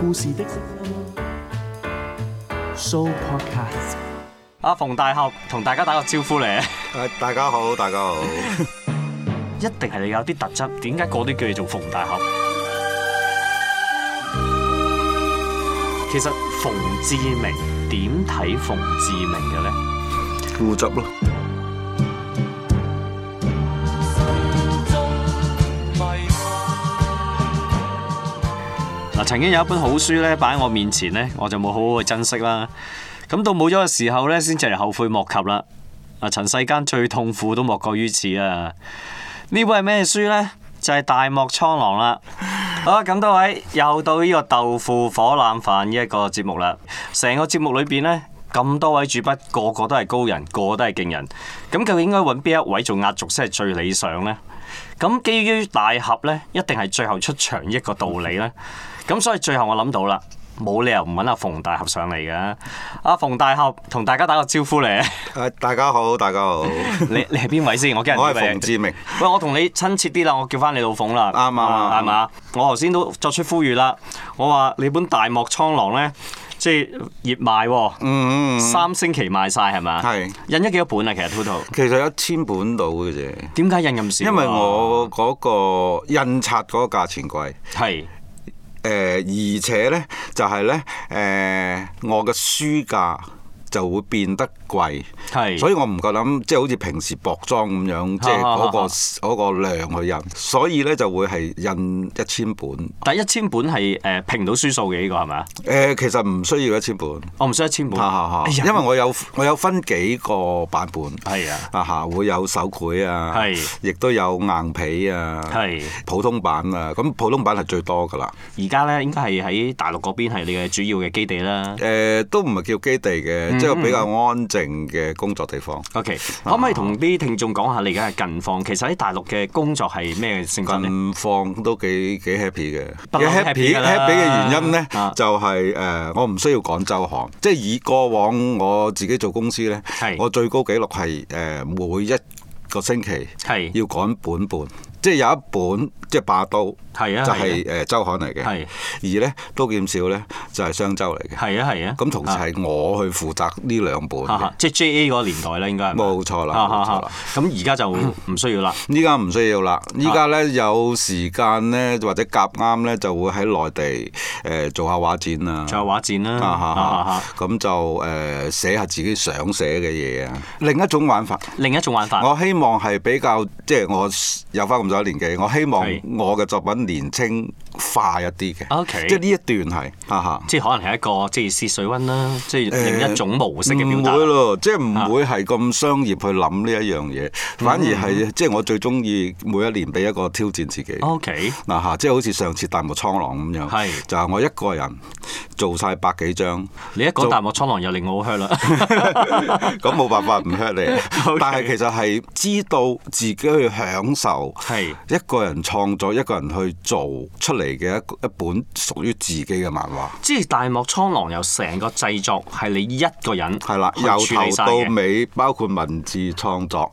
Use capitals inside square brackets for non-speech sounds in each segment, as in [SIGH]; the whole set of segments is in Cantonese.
故事的 Show Podcast。阿啊馮大俠同大家打個招呼嚟，誒大家好，大家好。 [LAUGHS] 一定係你有啲特質，點解嗰啲叫你做馮大俠？其實馮志明點睇馮志明嘅咧？固執咯，嗱，啊曾經有一本好書咧擺喺我面前咧，我就冇好好去珍惜啦。咁到冇咗嘅時候咧，先至係後悔莫及啦。啊，塵世間最痛苦都莫過於此啊！呢本係咩書呢？就係、大漠蒼狼》啦。好啦，咁多位又到呢個豆腐火腩飯呢一個節目啦。成個節目裏邊呢，咁多位主筆個個都係高人，個個都係勁人。咁究竟應該揾邊一位做壓軸先係最理想呢？咁基於大俠呢，一定係最後出場呢一個道理呢。咁所以最後我諗到啦，冇理由唔揾阿馮大俠上嚟嘅。阿馮大俠同大家打個招呼 [LAUGHS] 嚟，誒大家好，大家 [LAUGHS] 好。我你你係邊位先？我驚人係以為馮志明，喂，我同你親切啲啦，我叫翻你老馮啦，啱啱啱係嘛？我頭先都作出呼籲啦，我話你本《大漠蒼狼》咧，即係熱賣喎，嗯，嗯三星期賣晒係嘛？係印咗幾多本啊？其實 total 其實一千本到嘅啫，點解印咁少啊？因為我嗰個印刷嗰個價錢貴，誒、係而且呢，就係、呢，誒、我嘅書價就會變得貴，係，所以我唔夠膽即係好似平時薄裝咁樣，即係嗰、個嗰個量去印，所以呢就會係印一千本，誒、但一千本係誒評到書數嘅呢個係咪啊？其實唔需要一千本。哦我唔需要一千本，嚇嚇哎嚇呀因為我有我有分幾個版本，係啊啊嚇會有手繪啊，係亦都有硬皮啊，係普通版啊，咁普通版係最多㗎啦，而家咧應該係喺大陸嗰邊係你嘅主要嘅基地啦。誒、都唔係叫基地嘅，嗯即係比較安靜嘅工作地方。 OK，可啊唔可以同啲聽眾講下你而家嘅近況？其實喺大陸嘅工作係咩性質咧？近況都幾幾 happy 嘅，不嬲都 happy 㗎啦 happy 嘅原因呢，啊就係、誒、我唔需要趕周行，即係以過往我自己做公司呢係，我最高紀錄係誒、每一個星期係要趕本半，即係有一本即係霸刀，係啊就係係誒周刊嚟嘅，係啊而呢，刀劍笑呢，就係商周嚟嘅，係啊係啊，咁同時係我去負責呢兩本哈嘅哈，即係 J A 嗰個年代啦，應該係咪冇錯啦哈哈冇錯哈啦咁而家就唔需要啦。依家唔需要啊啦，依家呢，有時間呢，或者夾啱呢，就會喺內地誒、做下畫展啊。仲有畫展啦，啊哈哈哈哈咁就誒、寫下自己想寫嘅嘢啊，另一種玩法。另一種玩法，我希望係比較，即係我有翻咁多年紀，我希望係我嘅作品年青化一啲嘅。 OK 即係呢一段係，啊哈哈。即係可能係一個即係試水温啦，即係誒另一種模式嘅表達唔會。咯，即係唔會係咁商業去諗呢一樣嗯嘢，反而係即係我最中意每一年俾一個挑戰自己。 O K，嗱嚇，即係好似上次大漠蒼狼咁哦係樣，就係我一個人做晒百 [LAUGHS] 幾張，你一講做大漠蒼狼又令我好 hurt 啦。 [LAUGHS] [LAUGHS] 咁冇辦法唔 hurt 你。但係其實係知道自己去享受，係一個人創作，一個人去做出嚟嘅一個一本屬於自己嘅漫畫。即係大漠蒼狼由成個製作係你一個人係啦，去由處理頭晒到嘅尾，包括文字創作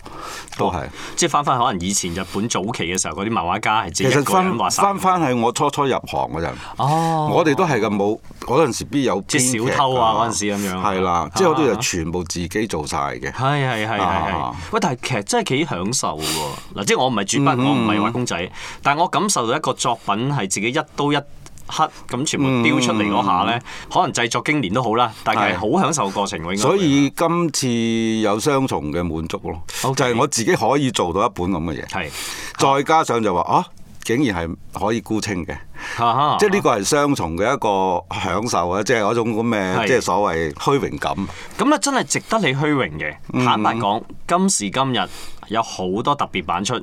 都係。即係翻翻可能以前日本早期嘅時候，嗰啲漫畫家係自己其一實個人畫翻晒。翻翻係我初初入行嗰陣，哦，我哋都係嘅冇嗰陣時必有即係編劇小偷啊㗎嗰陣時咁樣係啊啦，即係我哋就全部自己做晒係嘅。係係係係啊，喂！但係其實真係幾享受喎。嗱，即係我唔係主嗯筆，我唔係畫公仔，但係我感受到一個作品係自己一刀一刻咁全部雕出嚟嗰下咧，可能製作經年都好啦，但係嗯係好享受過程喎。應該所以今次有雙重嘅滿足咯 OK 就係我自己可以做到一本咁嘅嘢，係，再加上就話啊，竟然係可以沽清嘅，哈哈即係呢個係雙重嘅一個享受啊！即係嗰種咁係嘅即係所謂虛榮感。咁咧真係值得你虛榮嘅。坦白講，今時今日有好多特別版出，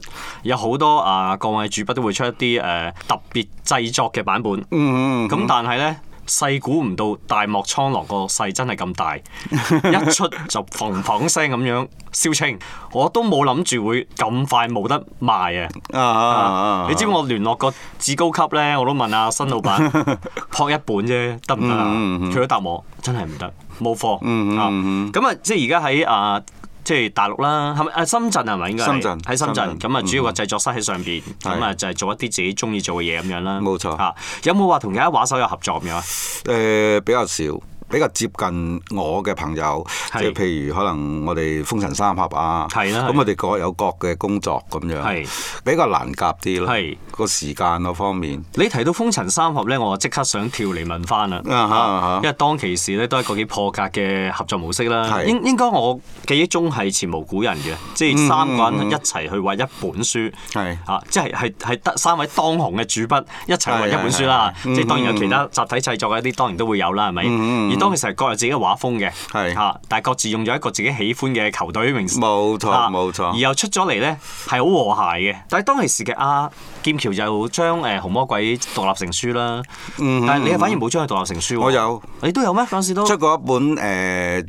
有好多啊各位主筆都會出一啲誒、呃特別製作嘅版本。咁、嗯，但係呢，細估唔到大漠蒼狼個勢真係咁大，一出就砰砰聲咁樣燒清，我都冇諗住會咁快冇得賣啊！啊啊啊啊你知唔知我聯絡個至高級呢，我都問阿新老闆 [LAUGHS] 撲一本啫，得唔得嗯嗯啊？佢都答我真係唔得，冇貨啊。咁啊，即係而家喺啊。即係大陸啦，係咪啊？深圳係咪應該係？深圳喺深深圳圳咁啊，嗯主要個製作室喺上邊，係咁啊就係做一啲自己中意做嘅嘢咁樣啦。冇錯嚇，有冇話同其他畫手有合作咁樣啊？誒、比較少，比較接近我嘅朋友，係即係譬如可能我哋風塵三俠啊，係啦係咁我哋各有各嘅工作咁樣係，比較難夾啲咯係，個時間嗰方面。你提到《風塵三俠》咧，我即刻想跳嚟問翻啦，啊哈啊哈因為當其時咧都係一個幾破格嘅合作模式啦。係應應該我記憶中係前無古人嘅，即嗯係三個人一齊去畫一本書。係啊，即係係係得三位當紅嘅主筆一齊畫一本書啦，係係係即係當然有其他集體製作嘅一啲，當然都會有啦，係嗯咪？而當其實係各有自己嘅畫風嘅，係嚇，但係各自用咗一個自己喜歡嘅球隊名詞，冇錯啊冇錯而又出咗嚟咧係好和諧嘅，但係當其時嘅阿劍橋就將誒紅魔鬼獨立成書啦，嗯但係你反而冇將佢獨立成書喎。我有，你都有咩？嗰陣時都出過一本誒、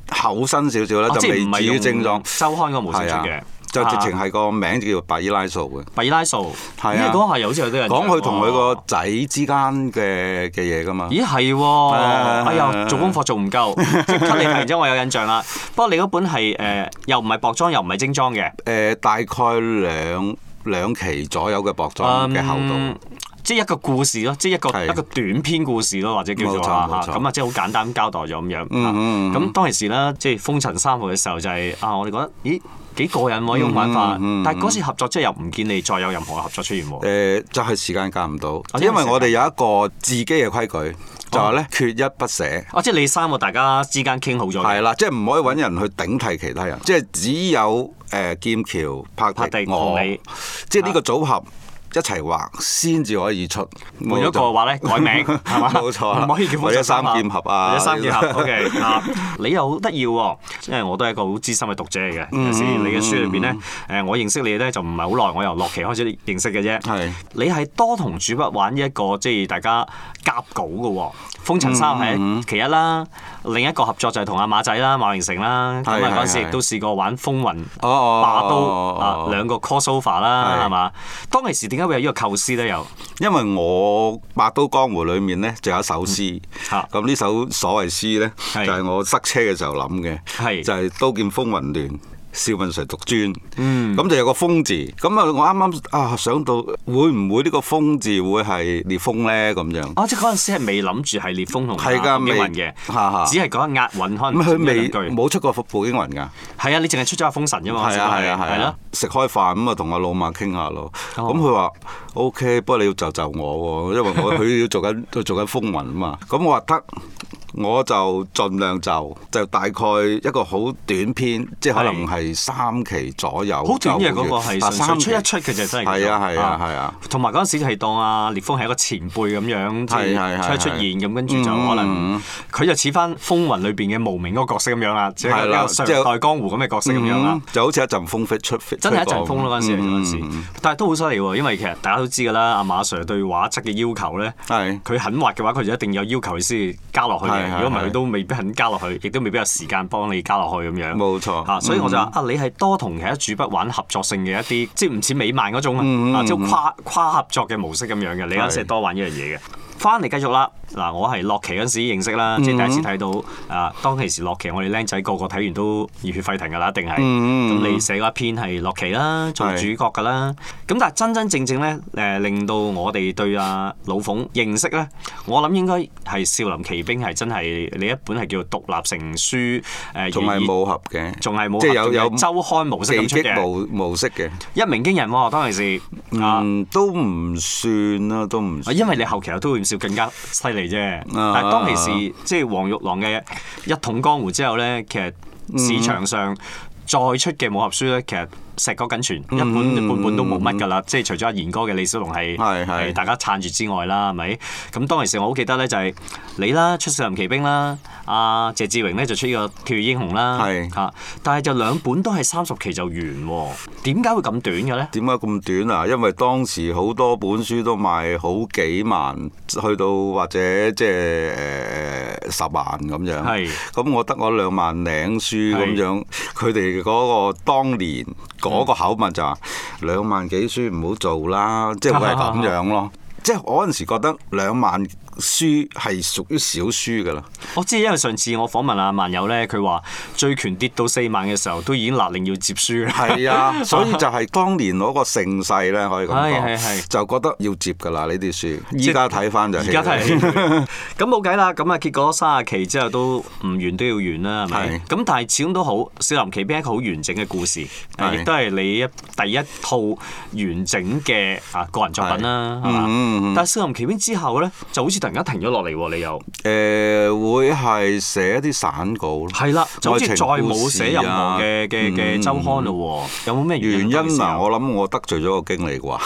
厚身少少咧，哦就即係未唔係至於用正裝，周刊個模式出係啊嘅，，就直情啊係個名叫做比拉素嘅。比拉素，係啊因為嗰下又好似有啲人哦講佢同佢個仔之間嘅嘅嘢噶嘛，咦係喎，啊哎呀做功課做唔夠，即刻你突然之間我有印象啦。不過你嗰本係誒、呃又唔係薄裝又唔係精裝嘅，誒、大概兩兩期左右嘅薄裝嗯嘅厚度，即係一個故事咯，即係一個係一個短篇故事咯，或者叫做冇錯嚇冇錯咁啊，即係好簡單交代咗咁樣。啊嗯嗯嗯咁當其時啦，即係風塵三號嘅時候就係、啊，我哋覺得咦幾過癮喎呢種玩法，嗯嗯嗯但係嗰次合作之後又唔見你再有任何嘅合作出現喎誒、。就係、時間夾唔到，哦因為因為我哋有一個自己嘅規矩，就係咧缺一不捨。哦，即係你三個大家之間傾好咗嘅係啦，即係唔可以揾人去頂替其他人，即係只有誒、劍橋、拍柏地迪、同我你，即係呢個組合一齊畫先至可以出。換咗個話咧，改 [LAUGHS] 名係嘛？冇錯啦唔可以叫或者三劍俠啊或者三劍俠。OK 啊，你又好得意喎，因為我都係一個好資深嘅讀者嚟嗯嘅。有時你嘅書裏邊咧，誒我認識你咧就唔係好耐，我由落期開始認識嘅啫。係你係多同主筆玩一個即係大家夾稿嘅喎，風塵三嗯係其一啦，另一個合作就係同阿馬仔啦、馬榮成啦，咁係啊係嗰陣時亦係都試過玩風雲哦哦霸哦刀啊哦兩個 crossover 啦，係係嘛？當其時點解會有呢個構思咧？又因為我《百刀江湖》裏面呢，就有一首詩，嗯嚇咁呢首所謂詩呢，係就係我塞車嘅時候諗嘅。係就係刀劍風雲亂。笑問誰獨尊？嗯咁就有個風字，咁啊，我啱啱啊想到會唔會呢個風字會係烈風呢？咁樣？哦，即係嗰陣時係未諗住係烈風同係㗎北京雲未嘅，嚇嚇只係講押韻可咁能佢佢未未句。冇出過步驚雲㗎，係啊，你淨係出咗阿封神啫嘛，係啊係啊係係咯啊，，食開飯咁啊，同阿老馬傾下咯。哦咁佢話 O K，不過你要就就我喎，因為我佢要做緊 [LAUGHS] 佢做緊風雲啊嘛。咁我話得，我就盡量就就大概一個好短篇，即係可能係三期左右就完。好短嘅嗰個係純啊三粹出一期出嘅啫，真係叫做。係啊係啊係啊。同埋嗰陣時係當阿烈風係一個前輩咁樣，即係係出一係係係嗯出現咁，跟住就可能佢就似翻風雲裏邊嘅無名嗰個角色咁樣啦，即係係一啦個上即係代江湖咁嘅角色咁樣啦嗯。就好似一陣風飛出，真係一陣陣風咯嗰陣時，嗯嗰陣時，但係都好犀利喎，因為其實大家都知㗎啦，阿馬 Sir 對畫質嘅要求咧，係佢肯畫嘅話，佢就一定有要求先加落去嘅。係係如果唔係，係佢都未必肯加落去，亦都未必有時間幫你加落去咁樣。冇錯嚇所以我就話啊，你係多同其他主筆玩合作性嘅一啲，即係唔似美漫嗰種嗯啊，啊即係跨跨合作嘅模式咁樣嘅。你嗰陣時係係多玩一樣嘢嘅。翻嚟繼續啦，嗱，我係洛奇嗰陣時認識嗯啦，即係第一次睇到啊，當其時洛奇，我哋僆仔個個睇完都熱血沸騰㗎啦，一定係。嗯咁你寫嗰一篇係洛奇啦，做主係角㗎啦。咁但係真真正正咧，誒、令到我哋對阿老馮認識咧，我諗應該係《少林奇兵》係真係你一本係叫做獨立成書誒，而仲係武俠嘅，仲係冇即係有有周刊模式咁出技擊嘅，模模式嘅。一鳴驚人喎、當其時啊。嗯，都唔算啦，都唔啊算。因為你後期有都會唔少更加犀利啫，但係當其時即係黃玉郎嘅一統江湖之後咧，其實市場上再出嘅武俠書咧，其實石國僅存，一本半本都冇乜㗎啦。即係除咗阿賢哥嘅李小龍係係係係大家撐住之外啦，係咪？咁當其時我好記得咧，就係你啦，出《少林奇兵》啦，阿謝志榮咧就出呢個《跳躍英雄》啦，係嚇。但係就兩本都係三十期就完喎，點解會咁短嘅咧？點解咁短啊？因為當時好多本書都賣好幾萬，去到或者即係誒十萬咁樣。係咁我得我兩萬零書咁係樣，佢哋嗰個當年嗰個口吻就話兩萬幾書唔好做啦，即係會係 [LAUGHS] 咁樣咯。即係我嗰陣時覺得兩萬書係屬於小書㗎啦，我知，因為上次我訪問阿萬友咧，佢話醉拳跌到四萬嘅時候，都已經勒令要接書啦。係啊， [LAUGHS] 所以就係當年嗰個盛世咧，可以咁係係係講，就覺得要接㗎啦呢啲書。依家睇翻就而而家 [LAUGHS] 睇嚟，咁冇計啦。咁啊，結果三十期之後都唔完都要完啦，係咪係？咁但係始終都好，《少林奇兵》係一個好完整嘅故事，啊係亦都係你一第一套完整嘅啊個人作品啦，係嗯嘛？但係《少林奇兵》之後咧，就好似突然間停咗落嚟喎，你又誒呃會係寫一啲散稿咯。係啦，就好似再愛情故冇事寫任啊何嘅嘅嘅周刊嘞喎，有冇咩原因啊當時啊嗱，有我諗我得罪咗個經理啩，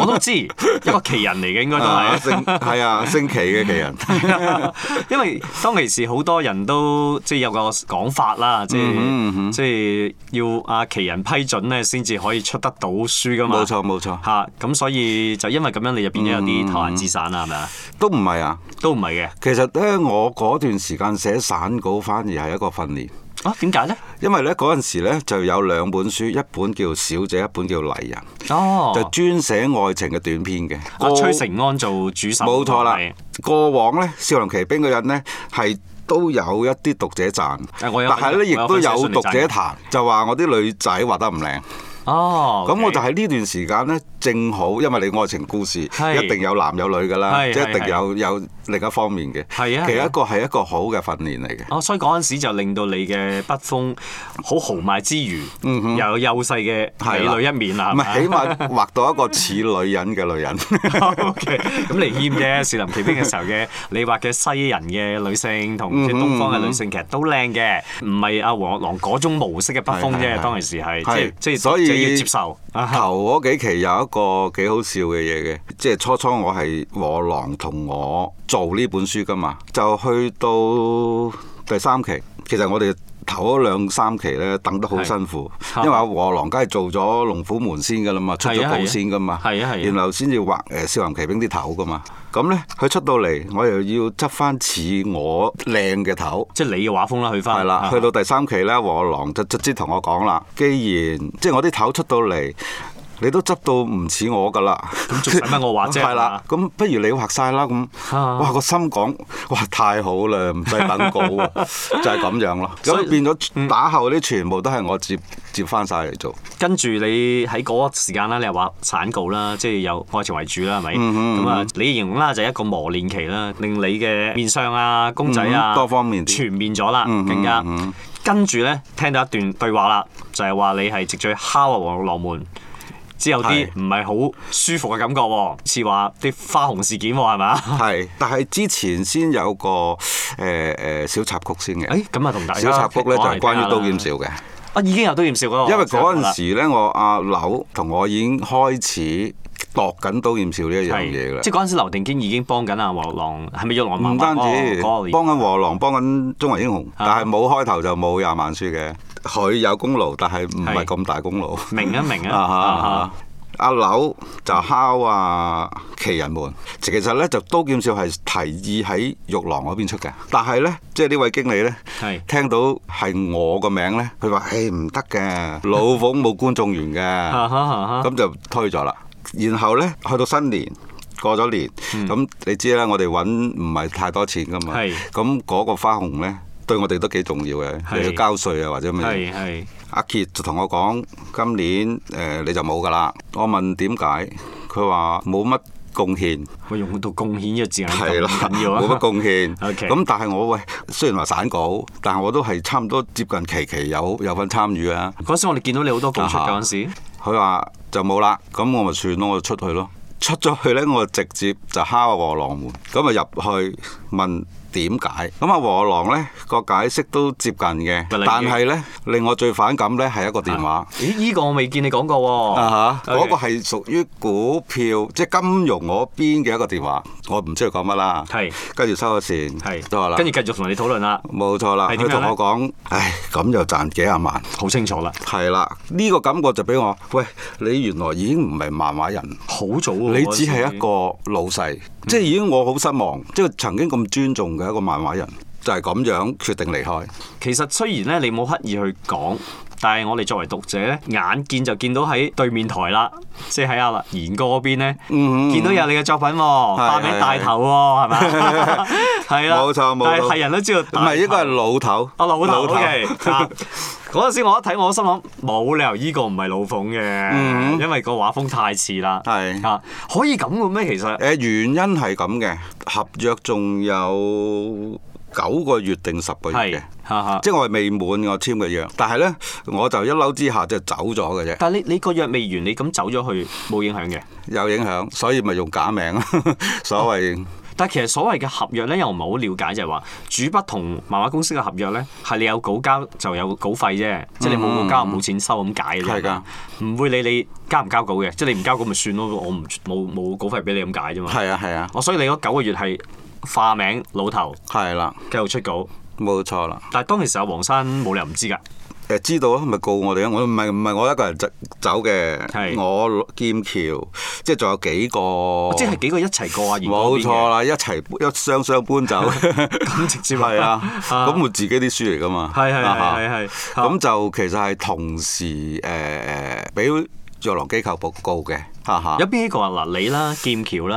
我都知，一個奇人嚟嘅應該都 [LAUGHS] 啊係。 [LAUGHS] 姓係啊，星期嘅奇 [LAUGHS] 人，啊因為當其時好多人都即係有個講法啦，嗯即係即係要阿奇人批准咧，先至可以出得到書噶嘛。冇錯嗯冇錯，嚇，咁所以就因為咁樣，你就變咗有啲投閒置散啦，係咪啊？都唔係啊。都唔係嘅。其實咧，我嗰段時間寫散稿反而係一個訓練，啊，點解咧？因為咧嗰陣時咧就有兩本書，一本叫《小姐》，一本叫《麗人》，哦，就專寫愛情嘅短篇嘅。阿過崔成安做主手。冇錯啦係。過往咧，《少林奇兵》嗰陣咧係。都有一啲讀者讚，誒但我有係咧亦我有都份寫有信嚟讀讚者嘅彈，就話我啲女仔畫得唔靚。哦。咁我就 OK 喺呢段時間呢，正好，因為你愛情故事係一定有男有女噶啦，係即係係一定有有另一方面嘅。係啊其係啊實一個係一個好嘅訓練嚟嘅。哦，所以嗰陣時就令到你嘅筆風好豪邁之餘，又有幼細嘅嗯係美啦女一面啦，係唔咪係，起碼畫到一個似女人嘅女人。 [LAUGHS] [LAUGHS] O K，咁你欠啫。士林奇兵嘅時候嘅你畫嘅西人嘅女性嗯同即係東方嘅女性，其實都靚嘅，唔係阿黃玉郎嗰種模式嘅北風係係啫。係當其時係即係係即係，所以即係要接受啊哈。頭嗰幾期有一個幾好笑嘅嘢嘅，即係初初我係和郎同我做呢本書噶嘛，就去到第三期，其實我哋。頭嗰兩三期咧等得好辛苦，係因為阿和郎梗係做咗龍虎門先噶啦嘛，出咗係啊係啊稿先噶嘛，係啊係啊然後先至畫誒少林奇兵啲頭噶嘛。咁咧佢出到嚟，我又要執翻似我靚嘅頭，即係你嘅畫風啦，去翻係啦，啊去到第三期咧，和郎就直接同我講啦，既然即係我啲頭出到嚟，你都執到唔似我噶啦，咁仲使乜我畫啫 [LAUGHS] 係啦，咁不如你畫晒啦咁，啊哇個心講，哇太好啦，唔使等稿 [LAUGHS] 喎，就係咁樣咯。所以嗯咁變咗打後啲全部都係我接接翻晒嚟做，跟住你喺嗰個時間啦，你又話散稿啦，即係有愛情為主啦，係咪？嗯咁啊，你形容啦就係一個磨練期啦，令你嘅面相啊、公仔啊嗯多方面啲嗯全面咗啦，更加。跟住咧，聽到一段對話啦，就係話你係直最敲啊黃玉郎門。之後啲唔係係好舒服嘅感覺喎，似話啲花紅事件喎，係咪啊？係，但係之前先有個誒誒小插曲先嘅，誒咁啊，同大家小插曲咧就講係嚟聽關下啦於刀劍笑嘅。啊，已經有刀劍笑嗰個，因為嗰陣時咧，我阿柳同我已經開始度緊刀劍笑呢一樣嘢係啦即。係嗰陣時，劉定堅已經幫緊阿啊黃玉郎，係咪玉郎唔媽媽單嗰止個嗰個年代幫緊和狼，幫緊中華英雄，但係冇開頭就冇廿萬書嘅。佢有功勞，但係唔係係咁大功勞。明啊明 [LAUGHS] 啊啊哈啊啊哈！阿柳就敲啊奇人們，其實咧就刀劍笑係提議喺玉郎嗰邊出嘅，但係咧即係呢位經理咧 [LAUGHS] 係聽到係我個名咧，佢話：誒唔得嘅，老馮冇觀眾緣嘅。哈哈哈哈啊咁就推咗啦。然後呢，去到新年過咗年，咁、你知啦，我哋揾唔係太多錢噶嘛。係咁嗰個花紅呢，對我哋都幾重要嘅，係你要交税啊或者乜係嘢。係阿傑就同我講，今年誒、呃你就冇噶啦。我問點解，佢話冇乜貢獻。我用到貢獻呢個字眼係啦，咁緊要啊，冇乜貢獻。 OK 咁但係我喂，雖然話散稿，但係我都係差唔多接近期期有有份參與啊。 [LAUGHS] 嗰時我哋見到你好多稿出啊嘅哈嗰陣時，佢話就冇啦，咁我咪算咯，我就出去咯。出咗去呢，我就直接就敲和郎門，咁啊入去問點解。咁啊和郎呢個解釋都接近嘅，不例如但係呢，令我最反感呢係一個電話。咦？呢個我未見你講過喎。啊哈！啊哦 OK 嗰個係屬於股票，即係金融嗰邊嘅一個電話，我唔知佢講乜啦。係跟住收咗線，都話係，啦跟，住繼續同你討論啦，冇錯啦。係點佢樣同呢我講，唉，咁就賺幾廿萬。好清楚啦，係啦，呢、個感覺就俾我，喂，你原來已經唔係漫畫人，好早喎。你只係一個老細，嗯即係已經我好失望，即係曾經咁尊重嘅一個漫畫人，就係咁樣決定離開。其實雖然咧你冇刻意去講，但係我哋作為讀者咧，眼見就見到喺對面台啦，即係喺阿嗯賢哥嗰邊咧，見到有你嘅作品喎，化名大頭喎，係咪？ [LAUGHS] 係啦，冇錯冇錯但啊係係人都知道大唔頭，係應該係老頭，啊老頭頭 OK 嗱嗰陣時我一睇我心諗冇理由依個唔係老馮嘅，嗯因為個畫風太似啦。係啊，可以咁嘅咩？其實誒原因係咁嘅，合約仲有九個月定十個月係嘅，嚇嚇即係我係未滿我簽嘅約，但係咧我就一嬲之下就走咗嘅 [LAUGHS] 啫，但係你你個約未完，你咁走咗去冇影響嘅。有影響，所以咪用假名， [LAUGHS] 所謂但係其實所謂嘅合約咧，又唔係好了解，就係話主筆同漫畫公司嘅合約咧，係你有稿交就有稿費啫，即係你冇稿交冇錢收咁解嘅啫。嗯係㗎，唔會理你交唔交稿嘅，即係你唔交稿咪算咯，我唔冇冇稿費俾你咁解啫嘛。係啊係啊，我所以你嗰九個月係化名老頭，係啦，繼續出稿。冇錯啦。但係當其時阿黃生冇理由唔知㗎，誒知道啊，咪告我哋啊！我唔係唔係我一個人走走係哦嘅，我劍橋即係仲有幾個，即係幾個一齊過阿賢嗰冇邊嘅錯，啦，一齊一雙雙 [LAUGHS] 搬走，咁直接係啊，啊咁我自己啲書嚟噶嘛，係係啊哈係係係咁就其實係同時誒誒俾藥郎機構報告嘅，哈哈有，邊幾個啊？嗱，你啦，劍橋啦，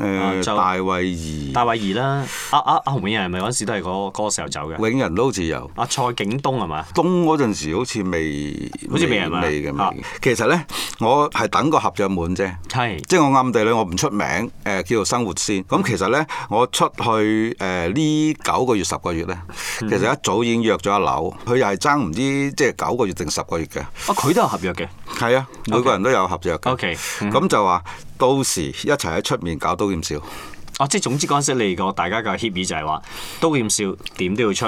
啊誒就大衛儀、大衛兒啦，阿阿阿洪永仁係咪嗰陣時都係嗰嗰個時候走嘅？永仁都自由。阿蔡景東係嘛？東嗰陣時好似未，好似未係嘛未嘅未啊嘅。其實咧，我係等個合約滿啫。係即係我暗地裏我唔出名，誒、叫做生活先。咁其實呢，我出去誒呢九個月十個月呢，嗯其實一早已經約咗阿柳，佢又係爭唔知即係九個月定十個月嘅。啊，佢都有合約嘅。係啊，每個人都有合約嘅。 OK，嗯咁就話到時一齊喺出面搞刀劍笑。哦，即係總之嗰陣時你個大家嘅協議就係話，刀劍笑點都要出，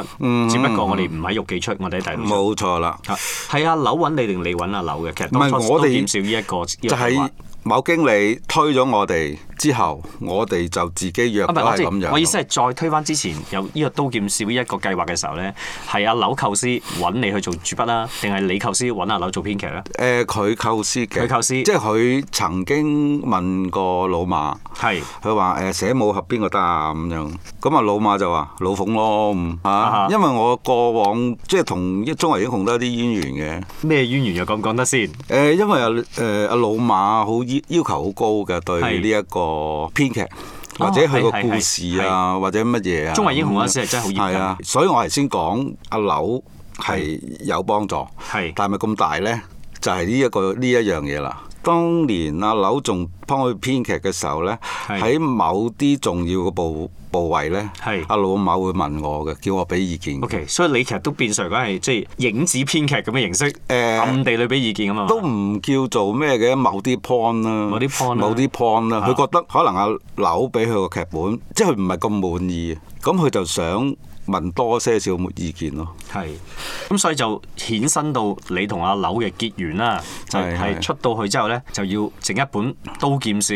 只不過我哋唔喺玉記出，我哋喺第度出。冇錯啦，啊係阿柳揾你定你揾阿柳嘅？其實唔當係初我哋刀劍笑呢一個啊就係係某經理推咗我哋之後，我哋就自己約啊，唔咗係我係即咁係我意思樣。係再推翻之前有呢個刀劍笑呢一個計劃嘅時候咧，係阿啊柳構思揾你去做主筆啦，定係你構思揾阿柳做編劇咧？誒，佢構思嘅，佢構思即係佢曾經問過老馬。係佢話誒寫武俠邊個得啊咁樣，咁啊老馬就話老馮咯咁啊嚇，因為我過往即係同一中華英雄都有啲淵源嘅。咩淵源又講唔講得先？誒、因為啊誒阿老馬好要要求好高嘅對係哦呢一個編劇。或者佢個係係故事啊，或者乜嘢啊？中華英雄嗰陣咁樣時係真係好嚴謹係啊，所以我係先講阿柳係有幫助，係但係咪咁大呢？就係呢一個呢一樣嘢啦。當年阿柳仲幫佢編劇嘅時候呢，係喺某啲重要嘅部部位呢，係阿老馬會問我嘅，叫我俾意見。 O.K.，所以你其實都變相講係即係影子編劇咁嘅形式，誒暗地裏俾意見咁啊，都唔叫做咩嘅，某啲 point 啦，某啲 point 啦某啲 point 啦，啊佢覺得可能阿柳俾佢個劇本，即係佢唔係咁滿意，咁佢就想問多些少意見咯。係咁，所以就衍生到你同阿柳嘅結緣啦，就係係係出到去之後咧，就要整一本《刀劍笑》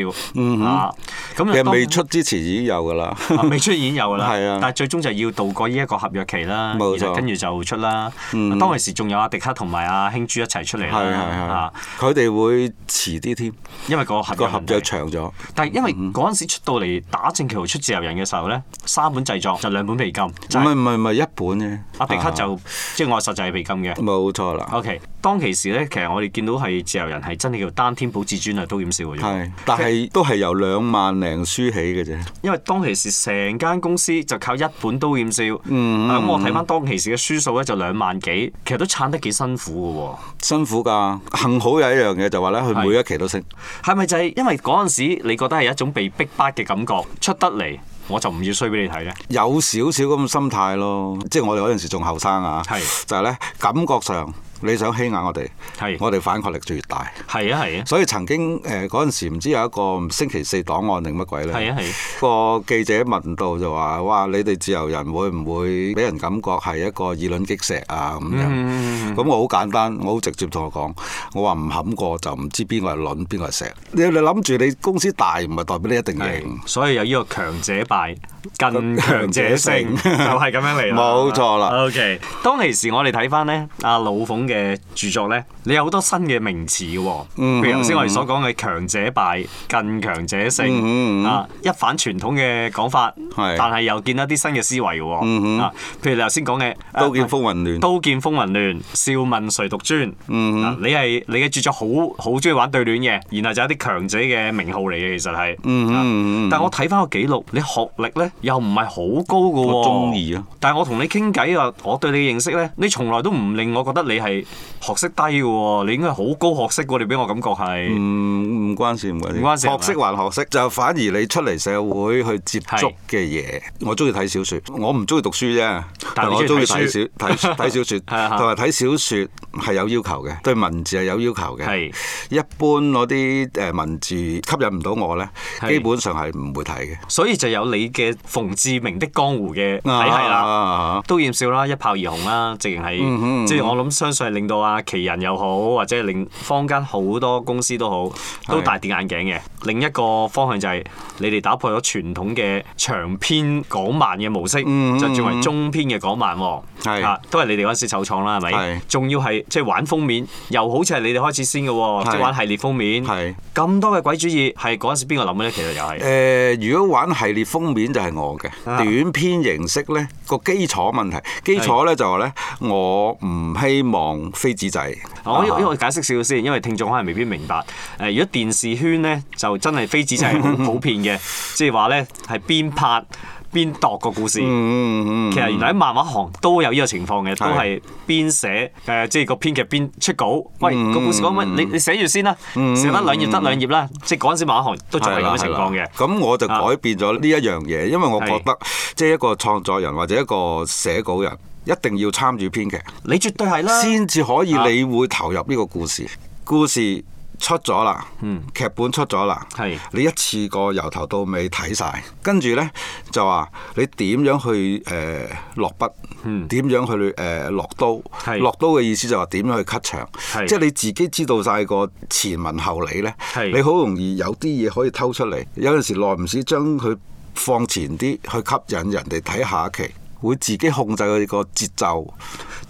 啊，咁嗯就其實當未出之前已經有㗎啦，啊未出已經有㗎啦， [LAUGHS] 係啊但係最終就要渡過呢一個合約期啦，冇然後錯嗯跟住就出啦。當其時仲有阿迪克同埋阿興珠一齊出嚟係啦係，係，佢哋會遲啲添，啊因為個合約個合問題約長咗。但係因為嗰陣時出到嚟打正橋出自由人嘅時候咧，三本製作就兩本被禁，唔就係係唔係唔係一本啫，阿迪克啊就即係我實際係被禁嘅。冇錯啦， O.K. 當其時咧，其實我哋見到係自由人係真係叫單天保至尊啊，都點笑嘅啫。係，但係都係由兩萬零書起嘅啫，因為當其時成間公司就靠一本刀劍笑，啊咁、我睇翻當其時嘅書數咧就兩萬幾，其實都撐得幾辛苦辛苦㗎。幸好有一樣嘢就話咧，佢每一期都升，嘅喎。係咪就係因為嗰陣時你覺得係一種被逼迫嘅感覺，出得嚟我就唔要衰俾你睇咧？有少少咁嘅心態咯。即係我哋嗰陣時仲後生啊，係就係咧感覺上你想欺壓我哋，係我哋反抗力就越大。係啊係啊所以曾經誒嗰陣時唔知有一個星期四檔案定乜鬼咧？係啊係啊個記者問到就話：哇！你哋自由人會唔會俾人感覺係一個議論擊石啊咁嗯樣？咁、我好簡單，我好直接同佢講，我話唔冚過就唔知邊個係論邊個係石。你你諗住你公司大唔係代表你一定贏。係，所以有呢個強者敗， [LAUGHS] 更強者勝，就係咁樣嚟啦。冇錯啦 OK，當其時我哋睇翻咧阿老馮嘅著作咧，你有好多新嘅名詞嘅喎，嗯譬如頭先我哋所講嘅強者敗，更強者勝啊，一反傳統嘅講法，嗯係嗯但係又見到啲新嘅思維嘅喎啊，譬如你頭先講嘅啊刀劍風雲亂刀劍風雲亂，笑問誰獨尊。嗯嗱，你係你嘅著作好好中意玩對聯嗯嘅，然後就有啲強者嘅名號嚟嘅，其實係。啊但我睇翻個記錄，你學歷咧咧？又唔係好高嘅喎。我中意啊！但係我同你傾偈啊，我對你嘅認識咧，你從來都唔令我覺得你係學識低嘅喎，你應該係好高學識喎，你俾我感覺係。嗯唔唔關事，唔關事。唔關事係嘛學識還學識，就反而你出嚟社會去接觸嘅嘢，我中意睇小說，我唔中意讀書啫，但係你我中中意意睇書睇小 [LAUGHS] 睇睇小說，係係同埋睇小說係有要求嘅，對文字係有要求嘅。係一般嗰啲誒文字吸引唔到我咧，係基本上係唔會睇嘅。所以就有你嘅馮志明的江湖嘅體系啊啦。啊都厭笑啦，一炮而紅啦，直情係，嗯嗯即係我諗相信係令到啊奇人又好，或者係令坊間好多公司都好，都係大跌眼鏡嘅。另一個方向就係、你哋打破咗傳統嘅長篇港漫嘅模式，嗯嗯就轉為中篇嘅港漫喎。係啊都係你哋嗰陣時首創啦，係咪係？仲要係即係玩封面，又好似係你哋開始先嘅喎，係即係玩系列封面。係咁多嘅鬼主意係嗰陣時邊個諗嘅咧？其實又係誒、呃如果玩系列封面就係我嘅、啊短篇形式呢個基礎問題，基礎呢就係呢：我唔希望飛紙仔。我哦因為我解釋少少先，因為聽眾可能未必明白。誒、呃如果電視圈咧，就真係飛紙仔 [LAUGHS] 係好普遍嘅，即係話咧係邊拍邊度個故事。嗯嗯嗯其實原來喺漫畫行都有呢個情況嘅，都係係邊寫誒、即係個編劇邊出稿。喂，嗯個故事講乜？你你寫住先啦，寫得兩頁得兩頁啦。即係嗰陣時漫畫行都仲係係咁啦嘅情況嘅。咁我就改變咗呢一樣嘢，因為我覺係得即係一個創作人或者一個寫稿人，一定要參與編劇。你絕對係啦。先至可以啊你會投入呢個故事。故事出咗啦，劇本出咗啦，嗯係你一次過由頭到尾睇晒，跟住呢，就話你點樣去誒、呃落筆，點、樣去誒、呃落刀嗯係，落刀嘅意思就話點樣去 cut 場係，即係你自己知道晒個前文後理呢，係你好容易有啲嘢可以偷出嚟，有陣時耐唔時將佢放前啲去吸引人哋睇下一期，會自己控制佢個節奏。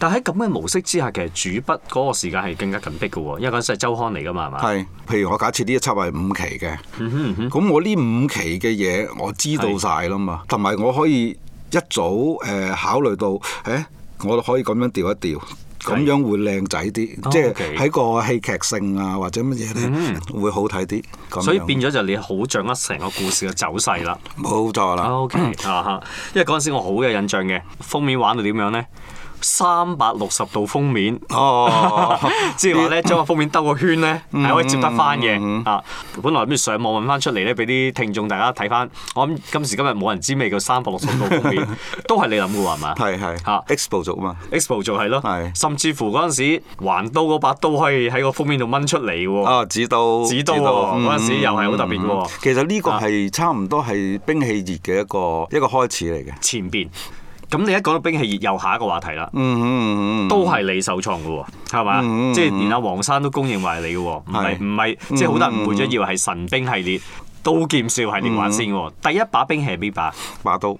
但喺咁嘅模式之下，其實主筆嗰個時間係更加緊迫嘅喎，因為嗰陣時係周刊嚟㗎嘛，係嘛？嗯係，譬如我假設呢一輯係五期嘅，咁我呢五期嘅嘢我知道晒啦嘛，同埋我可以一早誒、呃考慮到，誒、我可以咁樣調一調。咁係樣會靚仔啲，哦即係 OK 嗯喺個戲劇性啊或者乜嘢咧，會好睇啲。咁所以樣變咗就你好掌握成個故事嘅走勢啦。冇錯啦。 O K 啊哈，因為嗰陣時我好有印象嘅，封面玩到點樣呢？三百六十度封面， [LAUGHS] 哦， [LAUGHS] 即係話咧將個封面兜個圈呢，嗯係可以接得翻嘅啊！本來諗住上網揾翻出嚟呢，俾啲聽眾大家睇翻。我諗今時今日冇人知咩叫三百六十度封 [LAUGHS] 面，都係你諗嘅喎，係嘛？係啊係 X 部族啊嘛， Expo 就係咯，係甚至乎嗰陣時環刀嗰把刀可以喺個封面度掹出嚟嘅喎。啊指導指導喎嗰陣時又係好特別嘅喎其實呢個係差唔多係兵器熱嘅一個一個開始嚟嘅。前邊。咁你一講到兵器熱，又下一個話題啦，嗯嗯嗯嗯，都係你首創嘅喎，係嘛？嗯嗯即係連阿黃生都公認為你嘅喎，唔係係嗯唔係，即係好多人誤會咗以為係神兵系列、刀劍少系列玩先嗯喎。第一把兵器係邊把？把刀。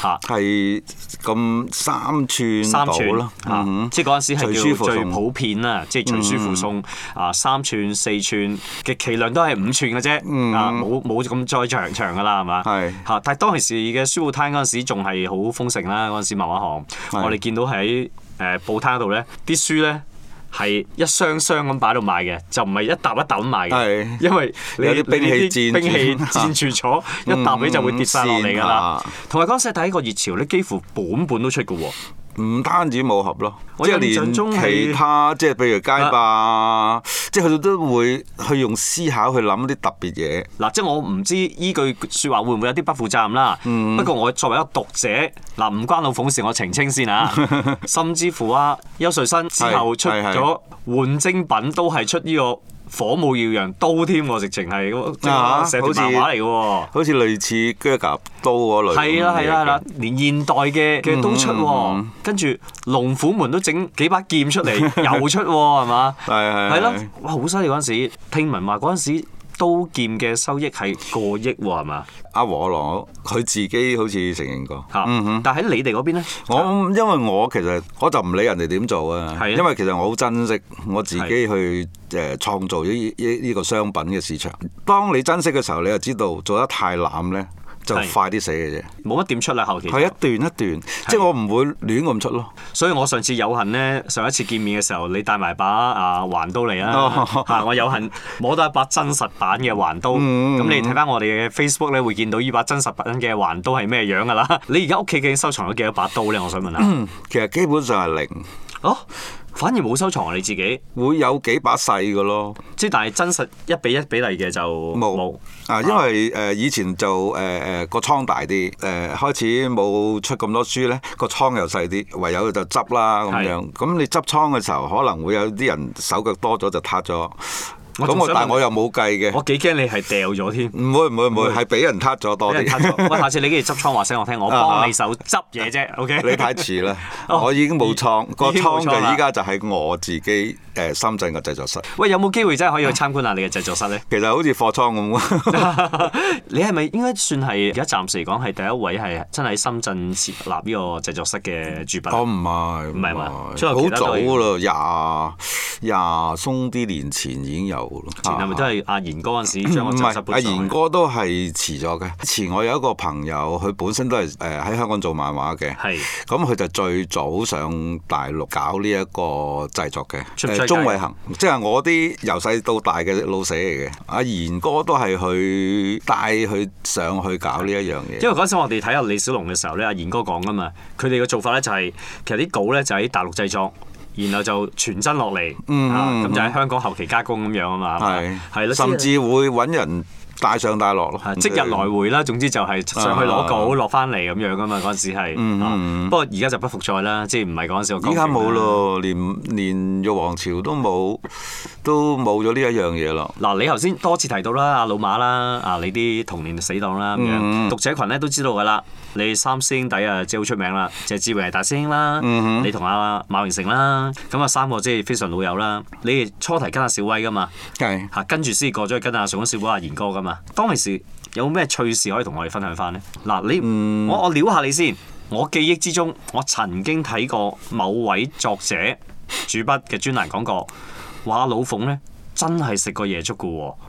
嚇，係咁三寸三嗯到寸啦，嚇嗯，即係嗰陣時隨係書叫附最送嗯普遍啦，即係隨書附送啊，三寸四寸嘅其量都係五寸嘅啫，啊冇冇咁再長長㗎啦，係嘛？嗯係嚇！但係當其時嘅書報攤嗰陣時仲係好豐盛啦，嗰陣時漫畫行，係我哋見到喺誒報攤度咧，啲書咧係一箱箱咁擺喺度賣嘅，就唔係一沓一沓咁賣嘅係，因為你有啲兵器你啲佔兵器住佔住咗， [LAUGHS] 一沓你就會跌晒落嚟㗎啦嗯線啊。同埋嗰陣時睇個熱潮咧，幾乎本本都出嘅喎。唔單止武俠咯，我即係印象連中係其他即係譬如街霸，即係佢都會去用思考去諗啲特別嘢。嗱，即係我唔知依句説話會唔會有啲不負責任啦。嗯不過我作為一個讀者，嗱唔關老馮事，我澄清先 [LAUGHS] 啊。甚至乎啊，邱瑞新之後係出係咗換精品，都係出呢個火舞耀揚刀添喎，直情係即啊係寫條漫畫嚟嘅喎。好似類似鋸甲刀嗰類咁嘅嘢係嘅，嗯啦係啦係啦，連現代嘅嘅都出喎，跟住龍虎門都整幾把劍出嚟， [LAUGHS] 又出喎，係嘛？係係係係咯，哇！好犀利嗰陣時，聽聞話嗰陣時刀劍嘅收益係過億喎，係嘛？阿和羅佢自己好似承認過。嚇，但喺你哋嗰邊咧，嗯我因為我其實我就唔理人哋點做啊係啊，因為其實我好珍惜我自己去誒創造呢呢呢個商品嘅市場。當你珍惜嘅時候，你就知道做得太濫呢，就係快啲寫嘅啫。冇乜點出啦後期就。係一啊段一段，即係我唔會亂咁出咯。所以我上次有幸咧，上一次見面嘅時候，你帶埋把啊環刀嚟啦，哦嗯嚇我有幸摸到一把真實版嘅環刀。咁你睇翻我哋嘅 Facebook 咧，會見到呢把真實版嘅環刀係咩樣噶 [LAUGHS] 啦。你而家屋企究竟收藏咗幾多把刀咧？我想問下。嗯其實基本上係零，哦，反而冇收藏啊你自己，會有幾把細嘅咯。即係但係真實一比一比例嘅就冇冇。啊，因為誒、呃以前就誒誒個倉大啲，誒、開始冇出咁多書咧，個倉又細啲，唯有就執啦咁係樣。咁你執倉嘅時候，可能會有啲人手腳多咗就塌咗。我咁仲我想但問我又冇計嘅我，幾驚你係掉咗添。唔會唔會唔會，係俾人塌咗多俾人撻啲。咗喂，下次你跟住執倉話聲我聽，我幫你手執嘢啫，OK？！[LAUGHS] 啊你太遲啦哦我已經冇倉，個已經冇倉倉啦就依家就喺我自己誒、呃深圳嘅製作室。 [LAUGHS] 喂，有冇機會真係可以去參觀下你嘅製作室咧？其實好似貨倉咁。 [LAUGHS] 你係咪應該算係而家暫時嚟講係第一位係真係喺深圳設立呢個製作室嘅主我筆？啊唔係，唔係嘛所以好其他早都係咯，廿廿鬆啲年前已經有咯。前係咪都啊？係阿賢哥嗰陣時將唔個製作室係，搬阿上去賢哥都係遲咗嘅。前我有一個朋友，佢本身都係誒喺香港做漫畫嘅，係咁佢就最早上大陸搞呢一個製作嘅。出唔出誒鐘偉恒，即係我啲由細到大嘅老死嚟嘅。阿賢哥都係去帶佢上去搞呢一樣嘢。因為嗰陣時我哋睇下李小龍嘅時候咧，阿賢哥講噶嘛，佢哋嘅做法咧就係、其實啲稿咧就喺大陸製作。然後就傳真落嚟，嗯啊嗯咁就喺香港後期加工咁樣啊嘛，係係咯，甚即至會揾人帶上帶落咯係，啊即日來回啦。總之就係啊上去攞稿，落翻嚟咁樣噶嘛。嗰陣時係，啊不過而家就不復再啦，即係唔係嗰陣時我講嗯依家完冇啦咯，連連玉皇朝都冇，都冇咗呢一樣嘢咯。嗱，你頭先多次提到啦，阿老馬啦，啊，你啲童年死黨嗯啦咁樣，讀者群咧都知道噶啦。你三師兄弟啊，即係好出名啦，謝志榮係大師兄啦，嗯你同阿馬榮成啦，咁啊三個即係非常老友啦。你哋初提跟阿小威噶嘛，係嚇跟住先過咗去跟阿上官小寶阿賢哥噶嘛。當其時有冇咩趣事可以同我哋分享翻呢？嗱，你、嗯我我撩下你先，我記憶之中我曾經睇過某位作者主筆嘅專欄講過，話老鳳呢真係食過夜粥嘅喎。 [LAUGHS]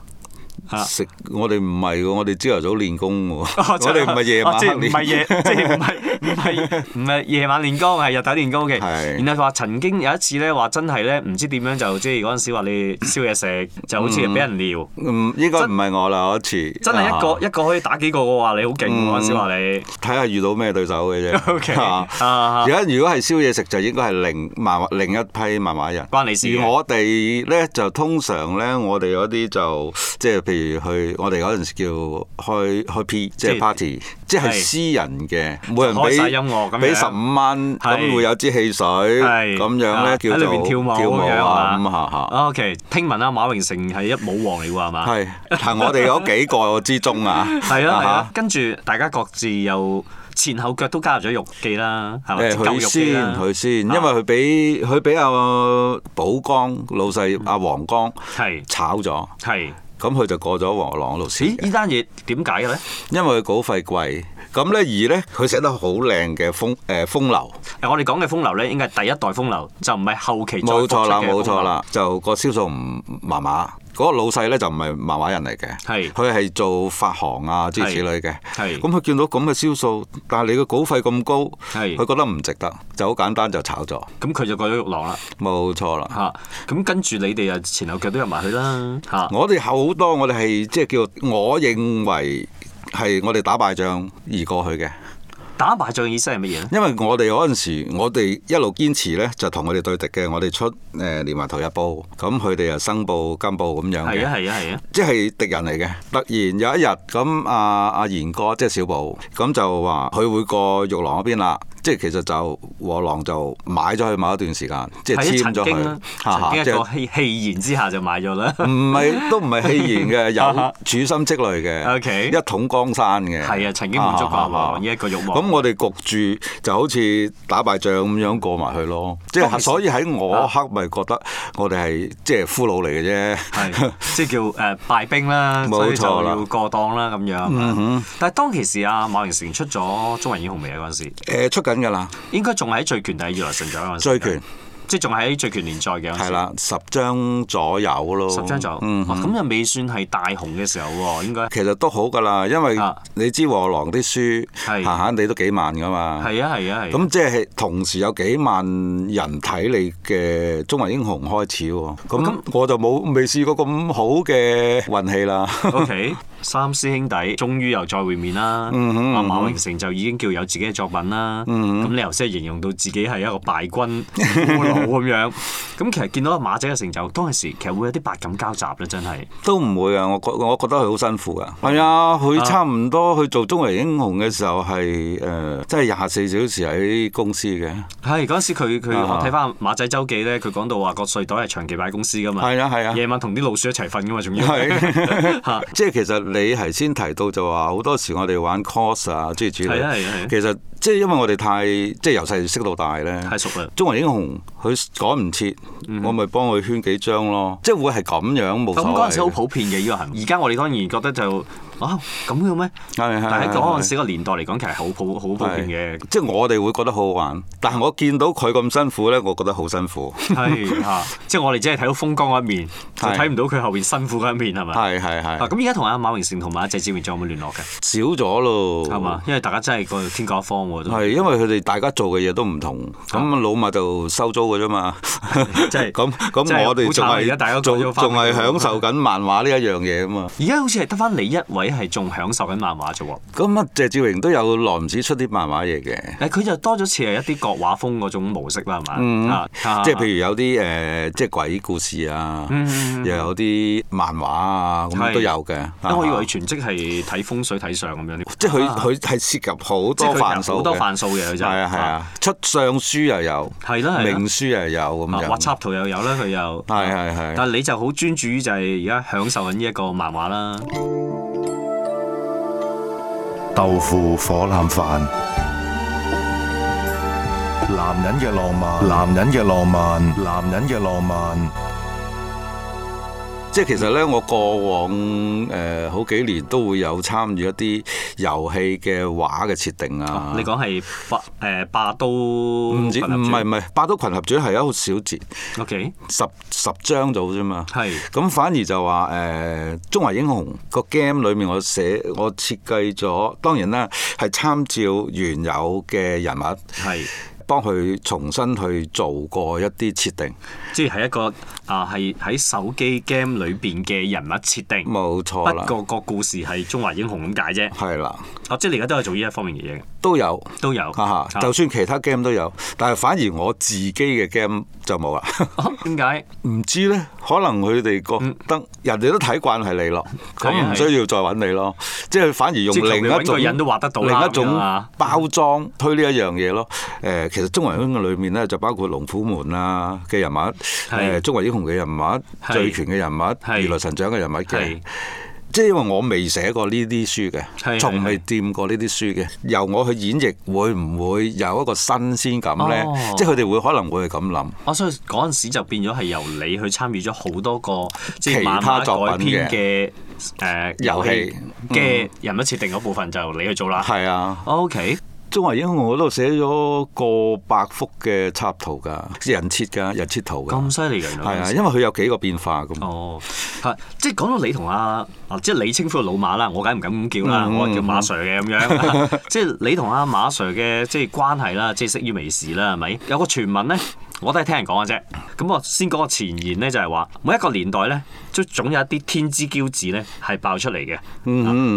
啊食我哋唔係喎，我哋朝頭早練功喎， [LAUGHS] 哦即係我哋唔係夜晚哦即係唔練係夜，即係唔係唔係唔係夜晚練功，係日頭練功嘅。係然後佢話曾經有一次咧，話真係咧，唔知點樣就即係嗰陣時話你燒嘢食，就好似俾人撩。嗯，應該唔係我啦，嗰次真係一啊嗯個一個可以打幾個嘅話，你好勁喎！嗰陣時話你睇下遇到咩對手嘅 [LAUGHS] OK，啫。啊啊而家如果係宵夜食就應該係另漫畫另一批漫畫人。關你事嘅而我哋咧就通常咧，我哋嗰啲就即係譬如去我哋嗰陣時叫開開 P，即係係 party，即係係私人嘅，每人開晒俾音樂咁樣俾十五蚊，係咁會有支汽水咁樣啊咧，叫喺裏做邊跳舞跳咁樣啊啊咁下下。 OK，聽聞啊，馬榮成係一舞王嚟㗎係嘛？係係我哋嗰幾個之中啊，係啊係嚇啊，跟住大家各自又前後腳都加入咗肉記啦，係咪？即誒係佢舊肉記先啦佢先，因為啊佢俾佢俾阿寶江老細阿黃江係炒咗，係。咁佢就過咗黃朗老師咦？，呢單嘢點解嘅咧？因為佢稿費貴。咁咧而咧佢寫得好靚嘅風誒風流，誒，我哋講嘅風流咧，應該係第一代風流，就唔係後期再冇復出錯嘅啦冇風流錯，啦，就個銷售唔麻麻。嗰個老細咧就唔係漫畫人嚟嘅，係佢係做發行啊諸如此類嘅。係咁佢見到咁嘅銷數，但係你個稿費咁高，係佢覺得唔值得，就好簡單就炒咗。咁佢就過咗玉郎啦冇錯啦。嚇。咁跟住你哋啊前後腳都入埋去啦嚇。我哋好多，我哋係即係叫，我認為係我哋打敗仗而過去嘅，打麻將意思係乜嘢咧？因為我哋嗰陣時，我哋一路堅持呢，就同佢哋對敵嘅，我哋出誒、呃、連環圖日報，咁佢哋又生報金報咁樣嘅係啊係啊係啊，即係敵人嚟嘅。突然有一日，咁阿阿賢哥即係小寶，咁就話佢會過玉郎嗰邊啦。即係其實就和郎就買咗佢某一段時間，即係係啊簽曾咗經佢啦，，嚇曾嚇經一即係個戲戲言之下就買咗啦。 [LAUGHS] 唔係都唔係戲言嘅， [LAUGHS] 有處心積慮嘅 OK 一統江山嘅。係啊，曾經滿足過阿王呢一個欲望。咁我哋焗住就好似打敗仗咁樣過埋去咯，即當係時所以喺啊我刻咪覺得我哋係即係俘虜嚟嘅啫 [LAUGHS] 係，即係叫誒敗兵啦，所以冇就錯啦嗯要過檔啦咁樣。係嘛但係當其時啊，馬榮成出咗《中華英雄》未啊嗰陣時，誒出緊㗎啦，應該仲喺最權定係越來成長嗰陣時。追拳即係仲喺最權連載嘅嗰陣時係，啦，十張左右咯，十張左右，嗯哇咁就未算係大紅嘅時候喎，應該其實都好㗎啦，因為啊你知和郎啲係書閒閒地都幾萬㗎嘛。係啊係啊係啊。咁即係同時有幾萬人睇你嘅《中華英雄》開始喎，咁我就冇未試過咁好嘅運氣啦。 O.K. 三師兄弟終於又再會面啦。嗯哼嗯阿馬榮成就已經叫有自己嘅作品啦。咁你頭先係形容到自己係一個敗軍俘虜咁樣。 [LAUGHS] 咁其實見到阿馬仔嘅成就，當陣時其實會有啲百感交集咧，真係。都唔會啊！我覺我覺得佢好辛苦噶。係啊，佢差唔多去做中華英雄嘅時候係誒、呃即係廿四小時喺公司嘅。係嗰陣時佢佢啊我睇翻馬仔周記咧，佢講到話個睡袋係長期擺喺公司噶嘛。係啊，係啊，夜晚同啲老鼠一齊瞓噶嘛，仲要。係。 [LAUGHS] 嚇即係其實你係先提到就話好多時我哋玩 cos 啊，諸如此係啊類。係啊 [LAUGHS] 係啊其實即係因為我哋太即係由細識到大咧。太熟啦。中華英雄佢趕唔切，我咪幫佢圈幾張咯，即係會係嗯咁樣冇所咁謂。嗰陣時好普遍嘅呢個行為，而家我哋當然覺得就啊咁嘅咩？係但係喺係嗰係陣時個年代嚟講，其實好普好普遍嘅係。即係我哋會覺得好好玩，但係我見到佢咁辛苦咧，我覺得好辛苦。係嚇，即係我哋只係睇到風光嗰一面，就係睇唔到佢後邊辛苦嗰一面係咪？啊係係係。咁而家同阿馬榮成同埋阿謝志榮仲有冇聯絡嘅？少咗咯，係嘛？？因為大家真係個天各一方喎，都係因為佢哋大家做嘅嘢都唔同，咁老麥就收租嘅 [LAUGHS] 啫嘛。即啊係 [LAUGHS] 咁即係咁，我哋仲好慘啊而家大家個係個仲都返仲係享受緊漫畫呢一樣嘢啊嘛。而家好似係得翻你一位係仲享受緊漫畫啫喎。咁啊，謝志榮都有耐唔止出啲漫畫嘢嘅，誒，佢就多咗次係一啲國畫風嗰種模式啦，係嘛？啊嗯即係譬如有啲誒，即係鬼故事啊，又有啲漫畫啊，係咁都有嘅。啊我以為佢全職係睇風水睇相咁樣啲。即係佢啊佢係涉及好即多係佢範其實疇好多嘅範數嘅佢就係啊係啊，出相書又有，係啦係啦名書又有咁啊樣。畫插圖又有啦，佢又係係係但係你就好專注於就係而家享受緊呢一個漫畫啦。豆腐火腩飯。男人嘅浪漫，男人嘅浪漫，男人嘅浪漫。即係其實咧，我過往誒、呃好幾年都會有參與一啲遊戲嘅畫嘅設定啊。你講係霸 [LAUGHS] 誒霸都唔唔止唔係唔係，《霸都群合傳》係一個小節， OK 十十張到啫嘛。係咁反而就話誒、呃中華英雄》個 game 裏面我寫我設計咗，當然啦係參照原有嘅人物，係，幫佢重新去做過一啲設定。即係一個啊係喺手機 game 裏邊嘅人物設定。冇不錯啦，過個故事係中華英雄咁解啫。係啦，啊，即係你而家都係做呢一方面嘅嘢嘅，都有。都有。啊哈！就算其他 game 都有，但係反而我自己嘅 game 就冇啦。啊點解？唔知呢，可能佢哋覺得人哋都睇慣係你咯，咁嗯係啊唔需要再揾你咯。即係反而用即係求另其一揾個種人都畫得到啦另一咁樣種啊包裝推呢一樣嘢咯。誒，其實中華英雄裏面呢，就包括龍虎門啊嘅人物，誒中華英雄嘅人物、醉拳嘅人物、如來神掌嘅人物嘅係。即係因為我未寫過呢啲書係嘅，從未掂過呢啲書嘅，由我去演繹，會唔會有一個新鮮感呢？哦啊即係佢哋會可能會係咁諗，我哦所以嗰陣時就變咗係由你去參與咗好多個即係其漫他畫作改品編嘅嘅誒遊遊戲嗯戲嘅人物設定嗰部分就由你去做啦。係啊。 OK，中華英雄我都寫咗過百幅嘅插圖㗎，人設㗎，人設圖㗎，咁犀利嘅原來係嗰陣啊，時因為佢有幾個變化咁。哦，係，即係講到你同阿啊，即係你稱呼佢老馬啦，我梗係唔敢咁叫啦，我係叫馬 Sir 嘅咁樣。 [LAUGHS] 即係你同阿馬 Sir 嘅即係關係啦，即係識於微時啦，係咪？有個傳聞咧，我都係聽人講嘅啫。咁我先講個前言咧，就係話每一個年代咧，都總有一啲天之驕子咧係爆出嚟嘅。啊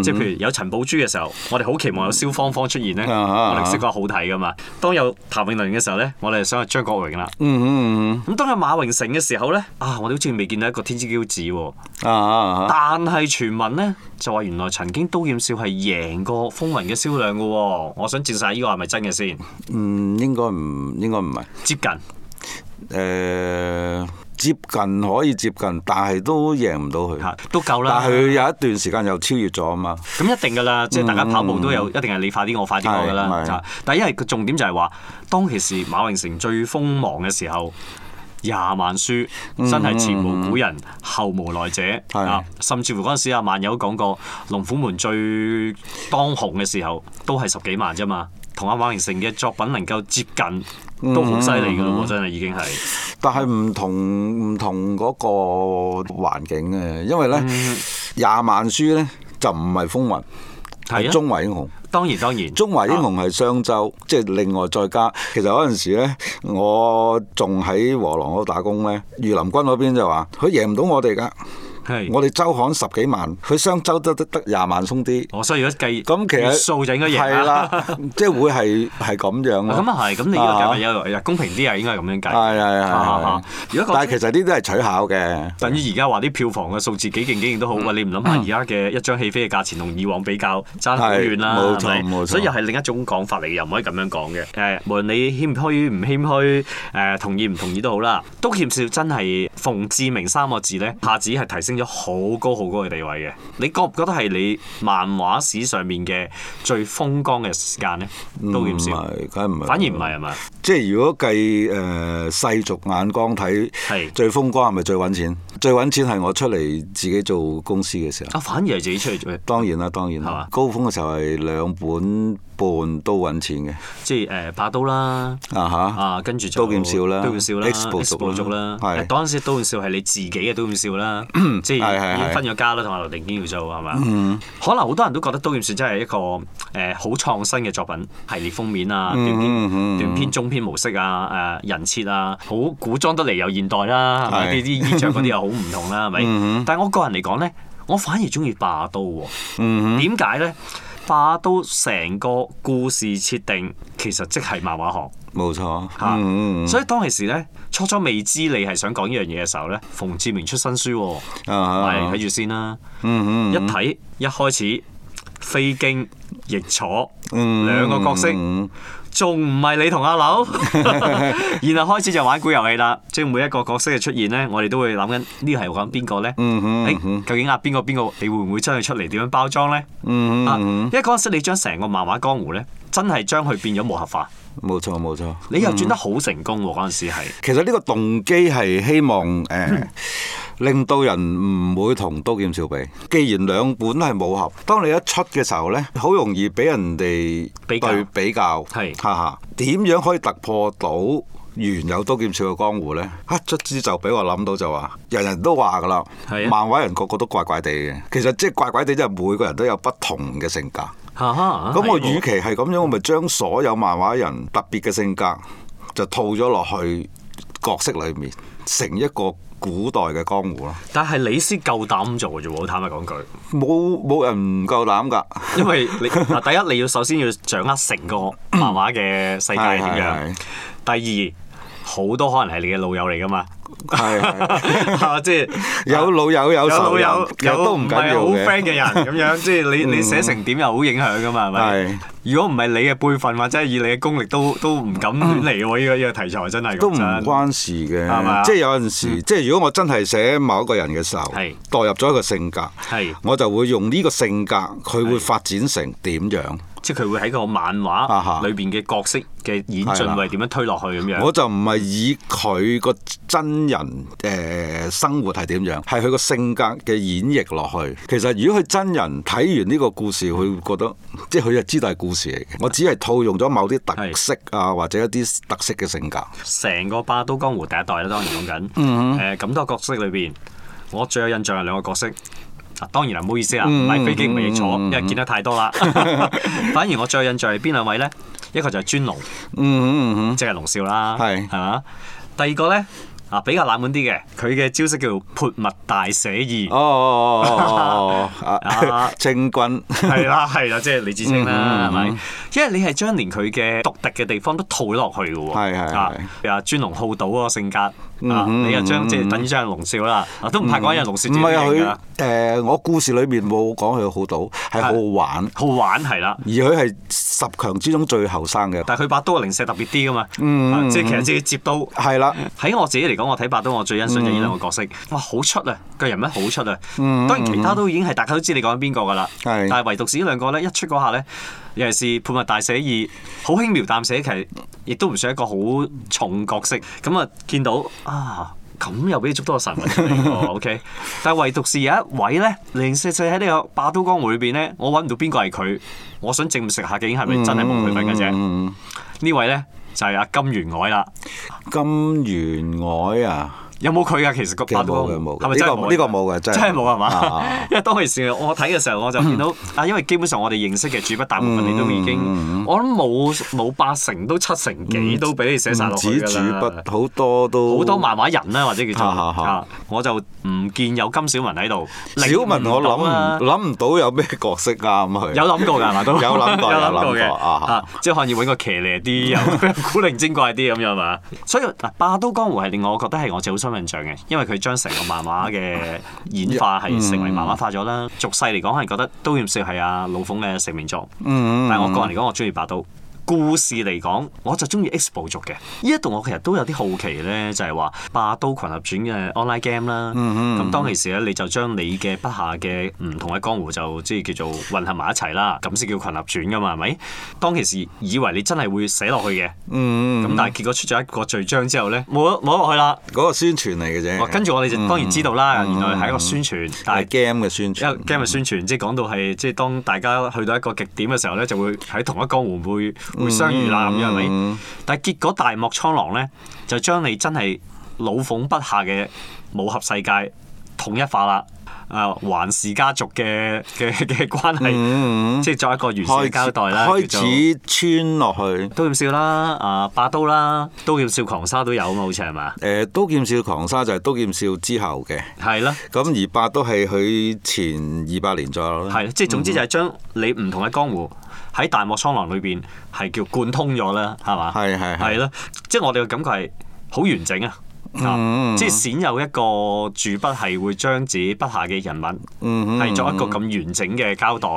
即係譬如有陳寶珠嘅時候，我哋好期望有蕭芳芳出現咧，啊啊啊我哋識得好睇噶嘛。當有譚詠麟嘅時候咧，我哋就想係張國榮啦。嗯嗯咁當有馬榮成嘅時候咧，啊，我哋好似未見到一個天之驕子喎。嗯啊啊啊但係傳聞咧就話原來曾經刀劍笑係贏過風雲嘅銷量嘅喎、我想證晒呢個係咪真嘅先？嗯，應該唔應該唔係接近誒。接近可以接近，但係都贏唔到佢。嚇都夠但啦，係佢有一段時間又超越咗啊嘛。咁一定㗎啦，即係大家跑步都有，一定係你快啲我快啲我㗎啦。嗯係係嚇但係因為個重點就係話，當其時馬榮成最鋒芒嘅時候。廿萬書嗯真係前無古人後無來者係啊！甚至乎嗰陣時阿萬友講過，龍虎門最當紅嘅時候都係十幾萬啫嘛，同阿馬榮成嘅作品能夠接嗯近，都好犀利噶咯喎！真係已經係但係唔同唔同嗰個環境嘅，因為咧嗯廿、萬書咧就唔係風雲，係係啊中華英雄。當然當然，中華英雄係商周，啊即係另外再加。其實嗰陣時咧，我仲喺和狼嗰度打工咧，御林軍嗰邊就話佢贏唔到我哋㗎，係我哋周刊十幾萬，佢商周都得得廿萬鬆啲。我所以如果計咁其實月數就應該係贏啊啦。啦，即係會係係咁樣咯。咁啊係，咁你呢個計哦啊咪有又公平啲啊？應該係咁樣計。係係係啊係啊。如果講但係其實呢啲都係取巧嘅。等於而家話啲票房嘅數字幾勁幾勁都好，喂你唔諗嗯下而家嘅一張戲飛嘅價錢同以往比較爭好遠啦，係冇錯係咪冇錯所以又係另一種講法嚟嘅，又唔可以咁樣講嘅。誒，無論你謙虛唔謙虛，誒同意唔同意都好啦，都欠少真係馮志明三個字咧，一下子係提升咗好高好高嘅地位嘅。你覺唔覺得係你漫畫史上面嘅最風光嘅時間咧？都唔欠少，係，梗係唔係。反而唔係係咪？即係如果計誒、呃世俗眼光睇，係最風光係咪最揾錢？最揾錢係我出嚟自己做公司嘅時候。啊，反而係自己出嚟做嘅。當然啦，當然係嘛啦。高峰嘅時候係兩本半都揾錢嘅，即係誒把刀啦，啊嚇啊跟住就刀劍笑啦刀劍笑啦 X 部族啦部族啦，係嗯誒當時刀劍笑係你自己嘅刀劍笑啦，即係嗯係係已經係分咗家啦，同阿劉定堅叫做係嘛？可能好多人都覺得刀劍笑真係一個誒好創新嘅作品，系列封面啊，嗯短篇短篇中篇模式啊，誒人設啊，好古裝得嚟又現代啦，係咪？係嗯啲啲衣着嗰啲又好唔同啦，係咪？但係我個人嚟講咧，我反而中意霸刀喎。嗯點解咧？霸刀成個故事設定其實即係漫畫學冇錯。嚇，嗯嗯所以當其時咧，初初未知你係想講呢樣嘢嘅時候咧，馮志明出新書喎，嗯啊咪啊睇住先啦。嗯一嗯睇一開始飛經易楚嗯兩個角色，嗯仲唔係你同阿 [LAUGHS] 柳？ [LAUGHS] 然後開始就玩古遊戲啦，即係每一個角色嘅出現咧，我哋都會諗緊呢個係講邊個咧？嗯嗯誒究竟啊邊個邊個？你會唔會真係出嚟點樣包裝咧？嗯啊，嗯，因為嗰陣時你將成個漫畫江湖咧，真係將佢變咗武俠化，冇錯冇錯。你又轉得好成功喎！嗰陣時係其實呢個動機係希望誒、嗯呃令到人唔會同刀劍笑比。既然兩本都係武俠，當你一出嘅時候呢，好容易俾人哋比較對比較，係哈哈。點樣可以突破到？原有刀劍笑嘅江湖呢，一卒之就俾我諗到就話，人人都話噶啦，係啊漫畫人個個都怪怪地嘅。其實即係怪怪地，即係每個人都有不同嘅性格。哈哈咁我啊係喎與其係咁樣，我咪將所有漫畫人特別嘅性格就套咗落去角色裏面，成一個古代嘅江湖咯。但係你先夠膽咁做嘅啫喎，坦白講句，冇冇人唔夠膽㗎，因為 [LAUGHS] 你嗱第一你要首先要掌握成個漫畫嘅世界係點樣，第二好多可能係你嘅老友嚟噶 [LAUGHS] 嘛，係 [LAUGHS] 係即係啊有老友有有仇老人友，其實都唔緊係要好 friend 嘅。嗯嘅人咁樣，即係你你寫成點又好影響噶嘛，係咪係？如果唔係你嘅輩分或者係以你嘅功力都都唔敢亂嚟喎，呢個呢個題材真係都唔講真關事係嘛嗯嘅，即係有陣時，即係如果我真係寫某一個人嘅時候，係代入咗一個性格，係，我就會用呢個性格，佢會發展成點樣。即係佢會喺個漫啊哈畫裏邊嘅角色嘅演係啊進啦會係點樣推落去咁樣。我就唔係以佢個真人誒、呃生活係點樣，係佢個性格嘅演繹落去。其實如果佢真人睇完呢個故事，佢會覺得即係佢就知道係故事嚟嘅。我只係套用咗某啲特色啊，或者一啲特色嘅性格。成個《霸都江湖》第一代咧，當然講緊。誒咁、多角色裏邊，我最有印象係兩個角色。啊，當然啦，唔好意思啊，唔係飛機唔係翼楚，因為見得太多啦。反而我最有印象係邊兩位咧？一個就係尊龍，嗯嗯嗯即係龍少啦，係係嘛？第二個咧啊，比較冷門啲嘅，佢嘅招式叫潑墨大寫意。哦哦哦哦哦，啊啊清軍係啦，係啦，即係李志清啦，係嗯咪嗯？因為你係將連佢嘅獨特嘅地方都套咗落去嘅喎。係係係啊，譬如話尊龍好賭嗰個性格啊，嗯你又將即係等於將龍少啦，啊都唔怕講人龍少唔自己係啊型㗎佢啦，誒，我故事裏面冇講佢好賭，係好玩，好玩係啦。而佢係十強之中最後生嘅。但係佢把刀嘅零舍特別啲噶嘛，嗯啊即係其實自己接刀。係啦，啊喺我自己嚟講，我睇白刀我最欣賞就呢兩個角色，哇好出啊，個人物好出啊。當然其他都已經係大家都知你講緊邊個㗎啦，係但係唯獨是呢兩個咧一出嗰下咧，尤其是《判物大寫意》，好輕描淡寫，其實亦都唔算一個好重角色。咁啊見到啊咁又俾你捉到個神魂出嚟喎，OK？但係唯獨是有一位咧，零四四喺呢個《霸都江湖》裏邊咧，我揾唔到邊個係佢，我想證實下究竟係咪真係冇佢份嘅啫。呢位咧就係、阿金元凱啦，金元凱啊，有冇佢噶？其實個其實霸都江冇湖嘅冇係咪嘅，真呢係個呢個冇嘅，真真係冇係啊嘛啊嗯啊？因為當其時我睇嘅時候，我就見到啊，因為基本上我哋認識嘅主筆大部分嗯你都已經，我諗冇冇八成都七成幾都俾你寫晒唔落止去主㗎啦。筆好多都好多漫畫人啦，或者叫做啊啊啊啊，我就唔見有金小文喺度。小文我諗領啊唔諗唔到有咩角色啱 [LAUGHS] 佢。有諗過㗎係嘛都有諗過有諗有諗過嘅啊啊即係可以揾個騎呢啲，又 [LAUGHS] 古靈精怪啲咁樣嘛。所以嗱，《霸都江湖》係令我覺得係我最好深印象嘅，因為佢將成個漫畫嘅演化係成為漫畫化咗啦。俗世嚟講，可能覺得都要算係阿老馮嘅成名作。嗯但係我個人嚟講，我中意霸都。故事嚟講，我就中意 X 部族嘅。呢一度我其實都有啲好奇咧，就係話《霸都群合傳》嘅 online game 啦。咁、嗯當其時咧，你就將你嘅筆下嘅唔同嘅江湖就即係叫做混合埋一齊啦，咁先叫群合傳噶嘛，係咪？當其時以為你真係會寫落去嘅，咁、嗯，嗯，但係結果出咗一個序章之後咧，冇咗冇咗落去啦。嗰個宣傳嚟嘅啫。哦跟住我哋就當然知道啦，嗯原來係一個宣傳，但係係 game 嘅宣因為傳。 game 嘅宣傳，即係講到係即係當大家去到一個極點嘅時候咧，就會喺同一江湖會嗯會相遇啦咁樣係咪？但係結果大漠蒼狼咧，就將你真係老馮筆下嘅武俠世界統一化啦。啊，環氏家族嘅嘅嘅關係，即係作為一個完開善嘅始交代啦。叫做嗯開始穿落去。刀劍笑啦，啊霸刀啦，刀劍笑狂沙都有啊嘛，好似係嘛？誒，刀劍笑狂沙就係刀劍笑之後嘅，係啦。咁而八都係佢前二百年左右啦。嗯係，即係總之就係將你唔同嘅江湖喺大漠蒼狼裏邊係叫貫通咗啦，係嘛？係係係係啦，即係我哋嘅感覺係好完整啊！嗯啊即係鮮有一個主筆係會將自己筆下嘅人嗯物係作一個咁完整嘅交 [LAUGHS] 代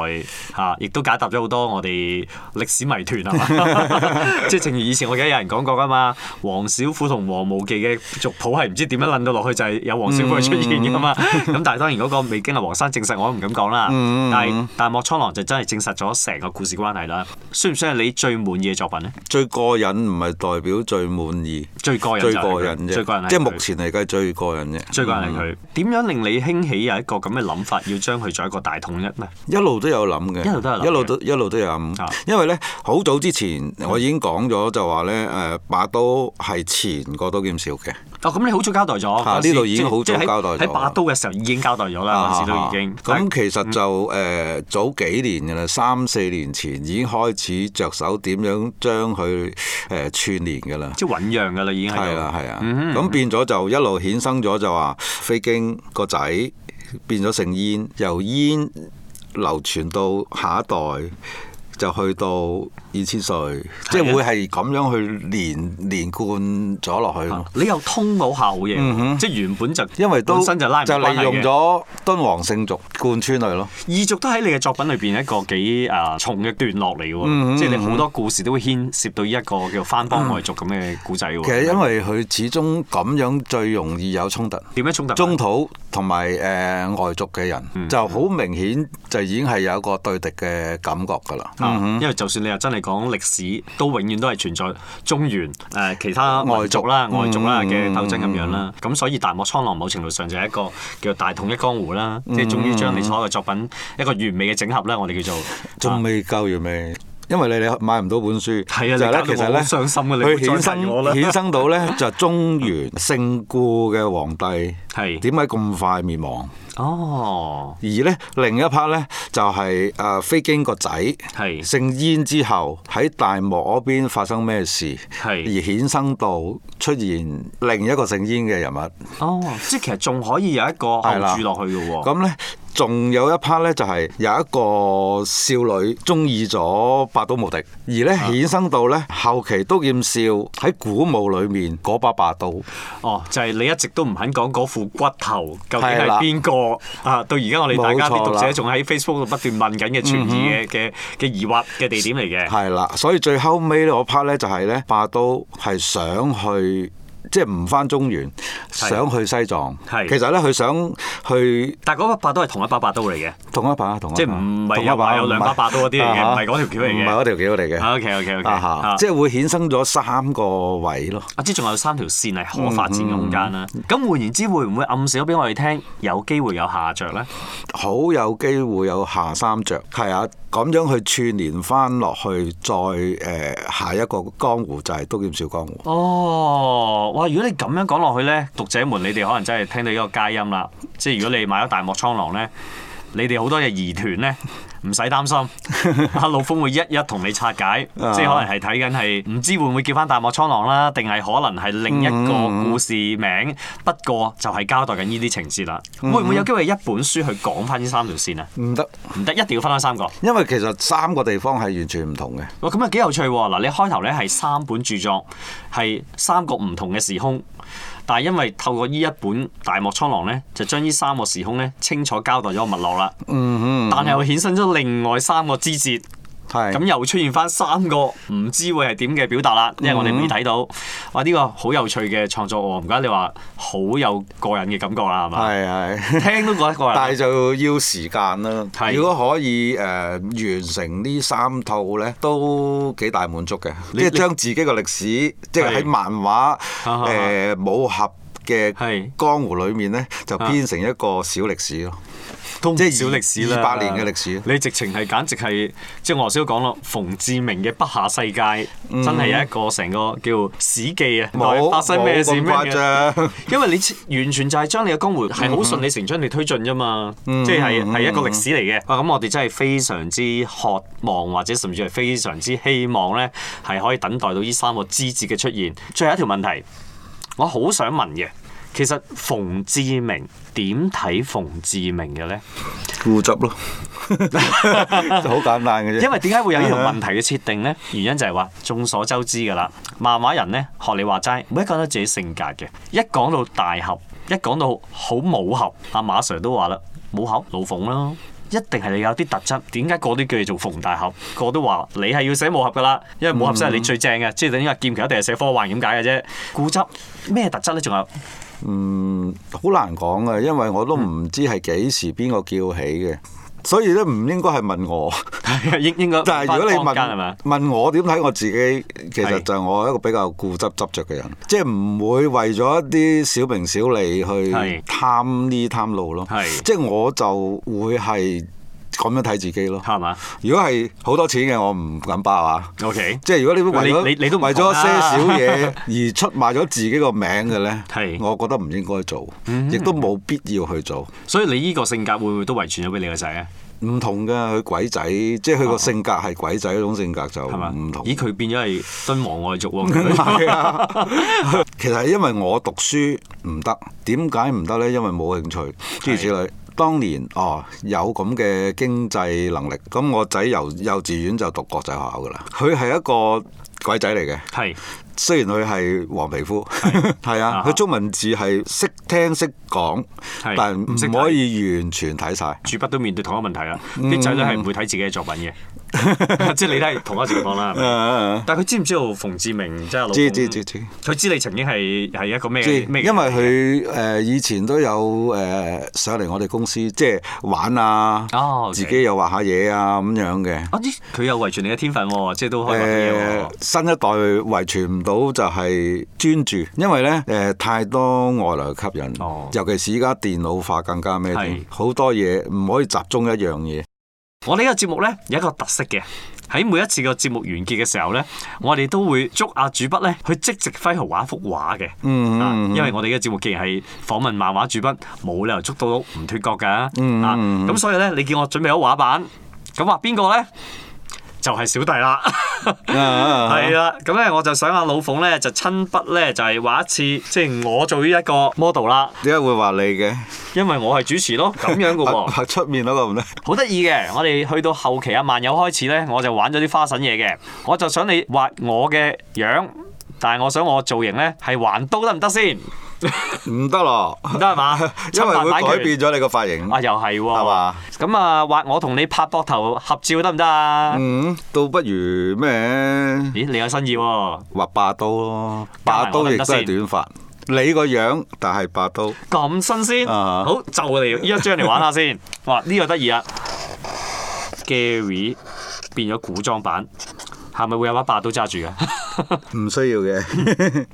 嚇，亦都解答咗好多我哋歷史謎團係 [LAUGHS] 嘛？即係正如以前我記得有人講過㗎嘛，黃小虎同黃無忌嘅族譜係唔知點樣撚到落去就係有黃小虎嘅出現㗎嘛。嗯咁但係當然嗰個未經阿黃生證實，我都唔敢講啦。但係但係莫蒼狼就真係證實咗成個故事關係啦。算唔算係你最滿意嘅作品咧？最過癮唔係代表最滿意，最過癮就最係佢過癮啫。最過癮係即係佢目嗯前嚟計最過癮啫。最關係佢點樣令你興起有一個咁嘅諗法，要將佢做一個大統一咧？一路都有諗嘅，一路都有諗嘅一路都一路都有啊諗。因為咧，好早之前我已經講咗就話咧，誒把刀係前過刀劍笑嘅，哦，咁你好早交代咗，嚇嗰時呢度已經好早即係喺交代咗啊喺霸刀嘅時候已經交代咗啦，嗰時都已經。嗯咁其實就誒早幾年㗎啦，三四年前已經開始着手點樣將佢誒串連㗎啦。即係醖釀㗎啦，已經喺係度。嗯啦，係啊，咁變咗就一路衍生咗就話飛經個仔變咗成煙，由煙流傳到下一代。就去到二千歲，啊即係會係咁樣去連連貫咗落去咯。啊你又通到下好嘢喎，即係原本就嗯因為都本身就拉唔就到關利係用嘅咗敦煌聖族貫穿佢咯。異族都喺你嘅作品裏邊一個幾誒重嘅段落嚟喎，嗯即係你好多故事都會牽涉到呢一個叫番邦外族咁嘅古仔喎。其實因為佢始終咁樣最容易有衝突。點樣衝突？中土同埋誒外族嘅人、嗯就好明顯就已經係有一個對敵嘅感覺㗎啦。啊因為就算你又真係講歷史，都永遠都係存在中原誒、呃其他外族啦、嗯外族啦嘅鬥爭咁樣啦。咁、所以大漠蒼狼某程度上就係一個叫大統一江湖啦，嗯即係終於將你所有嘅作品一個完美嘅整合啦，我哋叫做。啊仲未夠完美，因為你你買唔到本書，係啊就係你搞到我好傷心啊你唔好佢衍再提生我啦衍生 [LAUGHS] 到咧就中原姓顧嘅皇帝係點解咁快滅亡？哦，而咧另一 part 咧就係誒飛經個仔。係姓燕之後喺大漠嗰邊發生咩事，而係衍生到出現另一個姓燕嘅人物。哦，即係其實仲可以有一個後係啦注落去嘅喎。咁咧，仲有一 part 咧，就係、有一個少女中意咗百刀無敵，而咧啊衍生到咧後期刀劍笑喺古墓裏面嗰把把刀，哦，就係你一直都唔肯講嗰副骨頭究竟係係啦邊個啊？到而家我哋大家冇錯啲讀者啦嗯仲喺 Facebook 度不斷問緊嘅存疑嘅嘅嘅疑惑嘅地點嚟嘅。係啦，所以最後尾呢嗰 part 咧就係咧把刀係想去即係唔翻中原，係想去西藏。係其實咧，佢想去但係嗰把把刀係同一把把刀嚟嘅，同一把，同一把即係唔係同一有把有兩唔係把把刀嗰啲嚟嘅啊唔係嗰條橋嚟嘅唔係嗰條橋嚟嘅。 OK OK OK，啊哈即係會衍生咗三個位咯。我知仲有三條線係可發展嘅空間嗯啦。咁換言之，會唔會暗示咗俾我哋聽有機會有下着咧？好有機會有下三着，係啊，咁樣去串連翻落去，再誒、呃下一個江湖就係刀劍笑江湖。哦，哇！如果你咁樣講落去咧，讀者們你哋可能真係聽到一個佳音啦。即係如果你買咗大漠蒼狼咧，你哋好多嘢疑團咧。唔使擔心，阿老峰會一一同你拆解，即係可能係睇緊係唔知會唔會叫翻大漠蒼狼啦，定係可能係另一個故事名。不過就係交代緊呢啲情節啦。會唔會有機會一本書去講翻呢三條線啊？唔得，唔得，一定要分開三個。因為其實三個地方係完全唔同嘅。哇，咁啊幾有趣喎！嗱，你開頭咧係三本著作，係三個唔同嘅時空，但係因為透過呢一本《大漠蒼狼》咧，就將呢三個時空咧清楚交代咗個脈絡啦。嗯但係又衍生咗另外三個枝節，係嗯咁又出現翻三個唔知會係點嘅表達啦，因為我哋未睇到。哇！呢個好有趣嘅創作喎，唔該你話好有過癮嘅感覺啦，係嘛？係係，聽都覺得過但係癮。就要時間啦。係如果可以誒、呃完成呢三套呢，都幾大滿足嘅。你即係你將自己嘅歷史，即係係喺漫畫哈誒、呃武俠嘅係啊江湖裏面呢，就編成一個小歷史咯。都唔即係少二歷史啦，二百年嘅歷史你直情係簡直係，即係我頭先都講咯，馮志明嘅《筆下世界》真係有一個成個叫史記啊，嗯冇內發生咩事冇咁咩誇嘅張，嗯因為你完全就係將你嘅江湖係好順理成章地推進啫嘛，即係係一個歷史嚟嘅。啊，咁我哋真係非常之渴望，或者甚至係非常之希望咧，係可以等待到呢三個枝節嘅出現。最後一條問題。我好想問嘅，其實馮志明點睇馮志明嘅呢？固執 [LAUGHS] 咯，就好簡單嘅啫。因為點解會有呢條問題嘅設定呢？原因就係話眾所周知㗎啦，漫畫人呢，學你話齋，每一個人都有自己性格嘅。一講到大俠，一講到好武俠，阿馬 Sir 都話啦，武俠老馮啦。一定係你有啲特質，點解個都叫你做馮大俠？個都話你係要寫武俠㗎啦，因為武俠先嗯係你最正嘅，即係等於話劍橋一定係寫科幻咁解嘅啫。固執咩特質呢？仲有 [LAUGHS] 好難講嘅，因為我都嗯唔知係幾時邊個叫起嘅，所以咧唔應該係 [LAUGHS] 問我。應應該但係如果你坊間係咪啊問問我點睇我自己，其係實就我一個比較固執執着嘅人，即係唔會為咗一啲小名小利去係貪呢貪路咯係。即係我就會係咁樣睇自己咯。係嘛如果係好多錢嘅，我唔敢爆啊！ ？OK，即係如果你為咗你你你都唔為同咗些啦少 [LAUGHS] 嘢而出賣咗自己個名嘅呢係，我覺得唔應該做，亦都冇必要去做。所以你呢個性格會唔會都遺傳咗俾你個仔啊？唔同嘅佢鬼仔，即係佢個性格係鬼仔嗰種性格就係嘛？唔同。咦，佢變咗係敦煌外族喎。佢 [LAUGHS] 係啊，其實係因為我讀書唔得，點解唔得呢？因為冇興趣，諸如此類。當年哦有咁嘅經濟能力，咁我仔由幼稚園就讀國際學校噶啦。佢係一個鬼仔嚟嘅，係雖然佢係黃皮膚， [LAUGHS] 係啊啊，哈佢中文字係識聽識講，係但唔識睇唔可以完全睇晒。主筆都面對同一個問題啦，嗯啲仔女係唔會睇自己嘅作品 [LAUGHS] 嘅，即係你都係同一個情況啦。係咪但係佢知唔知道馮志明即係老公嗯啊知知知知。佢知你曾經係係一個咩即係咩？因為佢誒、呃以前都有誒、呃上嚟我哋公司，即係玩啊，哦，OK 自己又畫下嘢啊咁樣嘅。啊咦，佢有遺傳你嘅天分喎，即係都開誒、畫啊哦嘢喎。新一代遺傳唔到就係專注，因為呢誒、呃太多外來嘅吸引，哦尤其是依家電腦化更加咩係添，好多嘢唔可以集中一樣嘢。我哋呢個節目呢，有一個特色嘅，喺每一次個節目完結嘅時候呢，我哋都會捉阿主筆呢去即席揮毫畫一幅畫嘅。嗯啊因為我哋嘅節目既然係訪問漫畫主筆，冇理由捉到唔脱角㗎。嗯啊，咁所以呢，你見我準備好畫板，咁畫邊個呢？就係、小弟啦。[LAUGHS] 啊係啦，咁咧我就想阿老馮呢，就親筆呢，就係、畫一次，即係我做呢一個 model 啦，點解會話你嘅？因為我係主持 [LAUGHS] 咯，咁樣嘅喎。啊出面嗰個唔得。好得意嘅，我哋去到後期啊，漫友開始呢，我就玩咗啲花神嘢嘅，我就想你畫我嘅樣，但係我想我造型呢係橫刀得唔得先？唔得咯，唔得係嘛？ [LAUGHS] 因為侵犯會版改權變咗你個髮型。啊，又係係喎嘛。咁啊，話我同你拍膊頭合照得唔得啊？嗯，倒不如咩咦，你有新意喎？畫霸刀咯，加霸埋我刀得亦唔得都係短髮。你個樣，但係霸刀。 [LAUGHS] 咁新鮮，啊好就嚟呢一張嚟玩下 [LAUGHS] 先。哇，呢、個得意啊！Gary 變咗古裝版，係咪會有把把刀揸住嘅？唔需要嘅，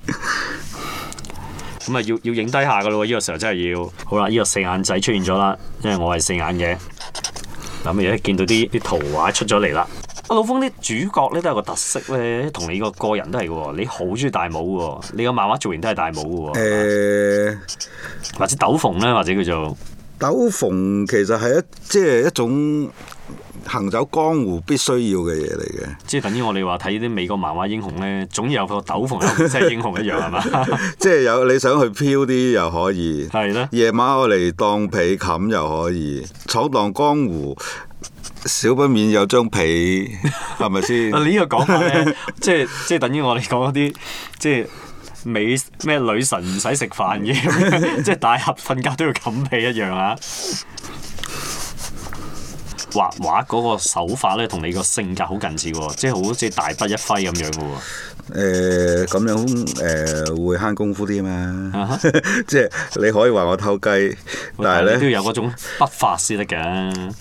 咁啊，要要影低下噶咯喎！呢、個時候真係要好啦，呢、個四眼仔出現咗啦，因為我係四眼嘅。咁而家見到啲啲圖畫出咗嚟啦。啊，老峰啲主角咧都有個特色咧，同你個個人都係嘅喎。你好中意戴帽嘅喎，你個漫畫造型都係戴帽嘅喎，誒或者斗篷咧，或者叫做斗篷其實係一即係一種行走江湖必須要嘅 [LAUGHS] 嘢嚟嘅，即係等於我哋話睇啲美國漫畫英雄咧，總有個斗篷有即係英雄一樣係嘛？ [LAUGHS] 即係有你想去飄啲又可以，係啦，夜晚我嚟當被冚又可以，闖蕩江湖少不免有張被，係咪先？ [LAUGHS] 啊你呢個講法咧，即係即係等於我哋講嗰啲即係美咩女神唔使食飯嘅， [LAUGHS] 即係大俠瞓覺都要冚被一樣啊！畫畫嗰個手法咧，同你個性格好近似喎，即係好似大筆一揮咁樣嘅喎。誒咁樣誒會慳功夫啲啊嘛哈？ [LAUGHS] 即係你可以話我偷雞，但但係係你都咧要有嗰種筆法先得嘅。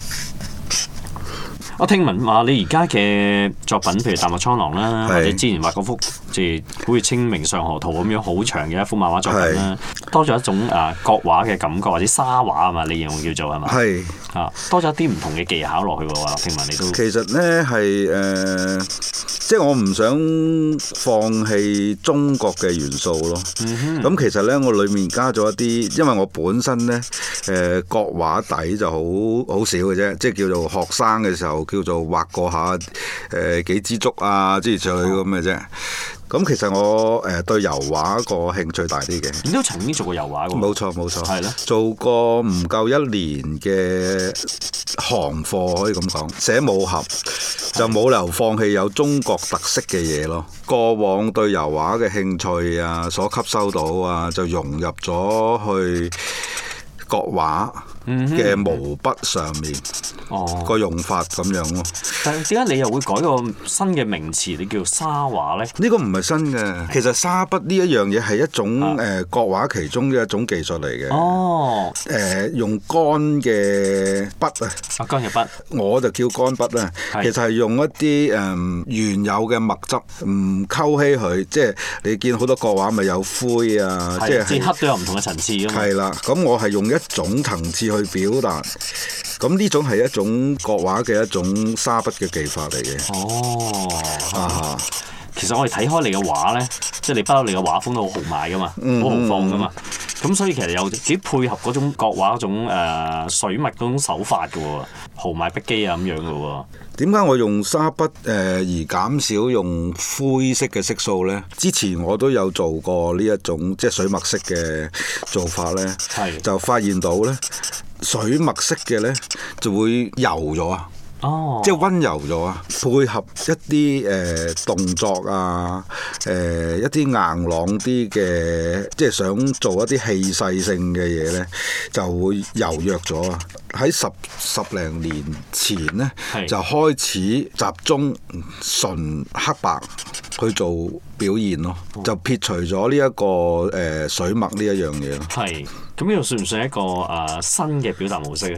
我聽聞話你而家嘅作品，譬如《淡墨蒼狼》啦，係或者之前畫嗰幅即係好似《清明上河圖》咁樣好長嘅一幅漫畫作品啦，多咗一種誒國畫嘅感覺，或者沙畫啊嘛，你形容叫做係嘛？係。啊，多咗一啲唔同嘅技巧落去喎。話聽聞你都其實呢係誒、呃即係我唔想放棄中國嘅元素咯。咁、其實呢，我裡面加咗一啲，因為我本身呢誒、呃、國畫底就好好少嘅啫，即係叫做學生嘅時候叫做畫過下誒、呃、幾支竹啊之類之類咁嘅啫。咁其實我誒、呃、對油畫個興趣大啲嘅。你都曾經做過油畫㗎喎。冇錯冇錯，哦係咯做過唔夠一年嘅行貨可以咁講，寫武俠就冇理由放棄有中國特色嘅嘢咯。過往對油畫嘅興趣啊，所吸收到啊，就融入咗去國畫嘅毛筆上面哦，個用法咁樣咯。但係點解你又會改個新嘅名詞，你叫沙畫咧？呢個唔係新嘅，其實沙筆呢一樣嘢係一種啊誒、呃、國畫其中嘅一種技術嚟嘅。哦，誒、用乾嘅筆啊。啊，江日筆。我就叫乾筆啦，係其實係用一啲誒、嗯原有嘅墨汁，唔溝稀佢，即係你見好多國畫咪有灰啊，即係，即係係黑都有唔同嘅層次㗎嘛。係啦。咁我係用一種層次去表達，咁呢種係一種國畫嘅一種沙筆嘅技法嚟嘅。哦，啊，其實我哋睇開你嘅畫咧，即係你不嬲你嘅畫風都好豪邁噶嘛，好豪放噶嘛。咁所以其實有幾配合嗰種國畫嗰種、呃、水墨嗰種手法嘅喎，豪邁不羈啊咁樣嘅喎。點解我用沙筆誒、而減少用灰色嘅色素呢？之前我都有做過呢一種即係水墨式嘅做法呢。係就發現到咧，水墨色嘅咧就會柔咗啊，哦，即係温柔咗啊，配合一啲誒、呃、動作啊，誒、一啲硬朗啲嘅，即係想做一啲氣勢性嘅嘢咧，就會柔弱咗啊。喺十十零年前咧係，就開始集中純黑白去做表現咯，就撇除咗呢一個誒、呃水墨呢一樣嘢咯。係。咁呢度算唔算一個誒、呃新嘅表達模式啊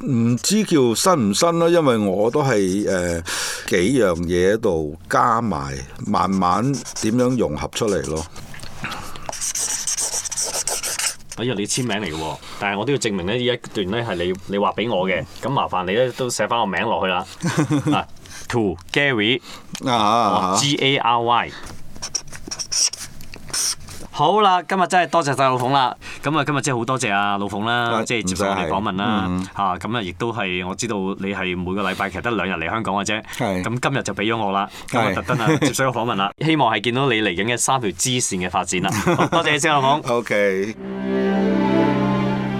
咧？唔知叫新唔新啦，因為我都係誒、呃、幾樣嘢喺度加埋，慢慢點樣融合出嚟咯。哎呀，你簽名嚟嘅喎，但係我都要證明咧，呢一段咧係你你畫俾我嘅，咁麻煩你咧都寫翻個名落去啦。啊，To Gary。啊， G A R Y。好啦，今日真係多謝晒老鳳啦。咁啊，今日真係好多謝啊老鳳啦，啊即係接唔使受我哋係訪問啦嗯。嚇咁啊，亦都係我知道你係每個禮拜其實得兩日嚟香港嘅啫。係咁今日就俾咗我啦，咁啊係特登啊接受個訪問 [LAUGHS] 啦。希望係見到你嚟緊嘅三條支線嘅發展啦。好多謝你先，老鳳。 OK。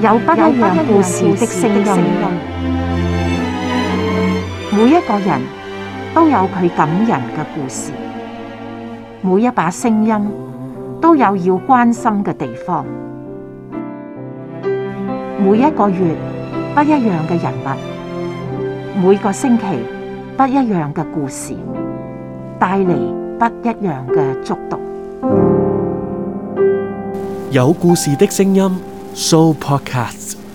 有不一樣故事的聲音，每一個人都有佢感人嘅故事，每一把聲音都有要關心嘅地方。每一個月不一樣嘅人物，每個星期不一樣嘅故事，帶嚟不一樣嘅觸動。有故事的聲音，Show Podcast。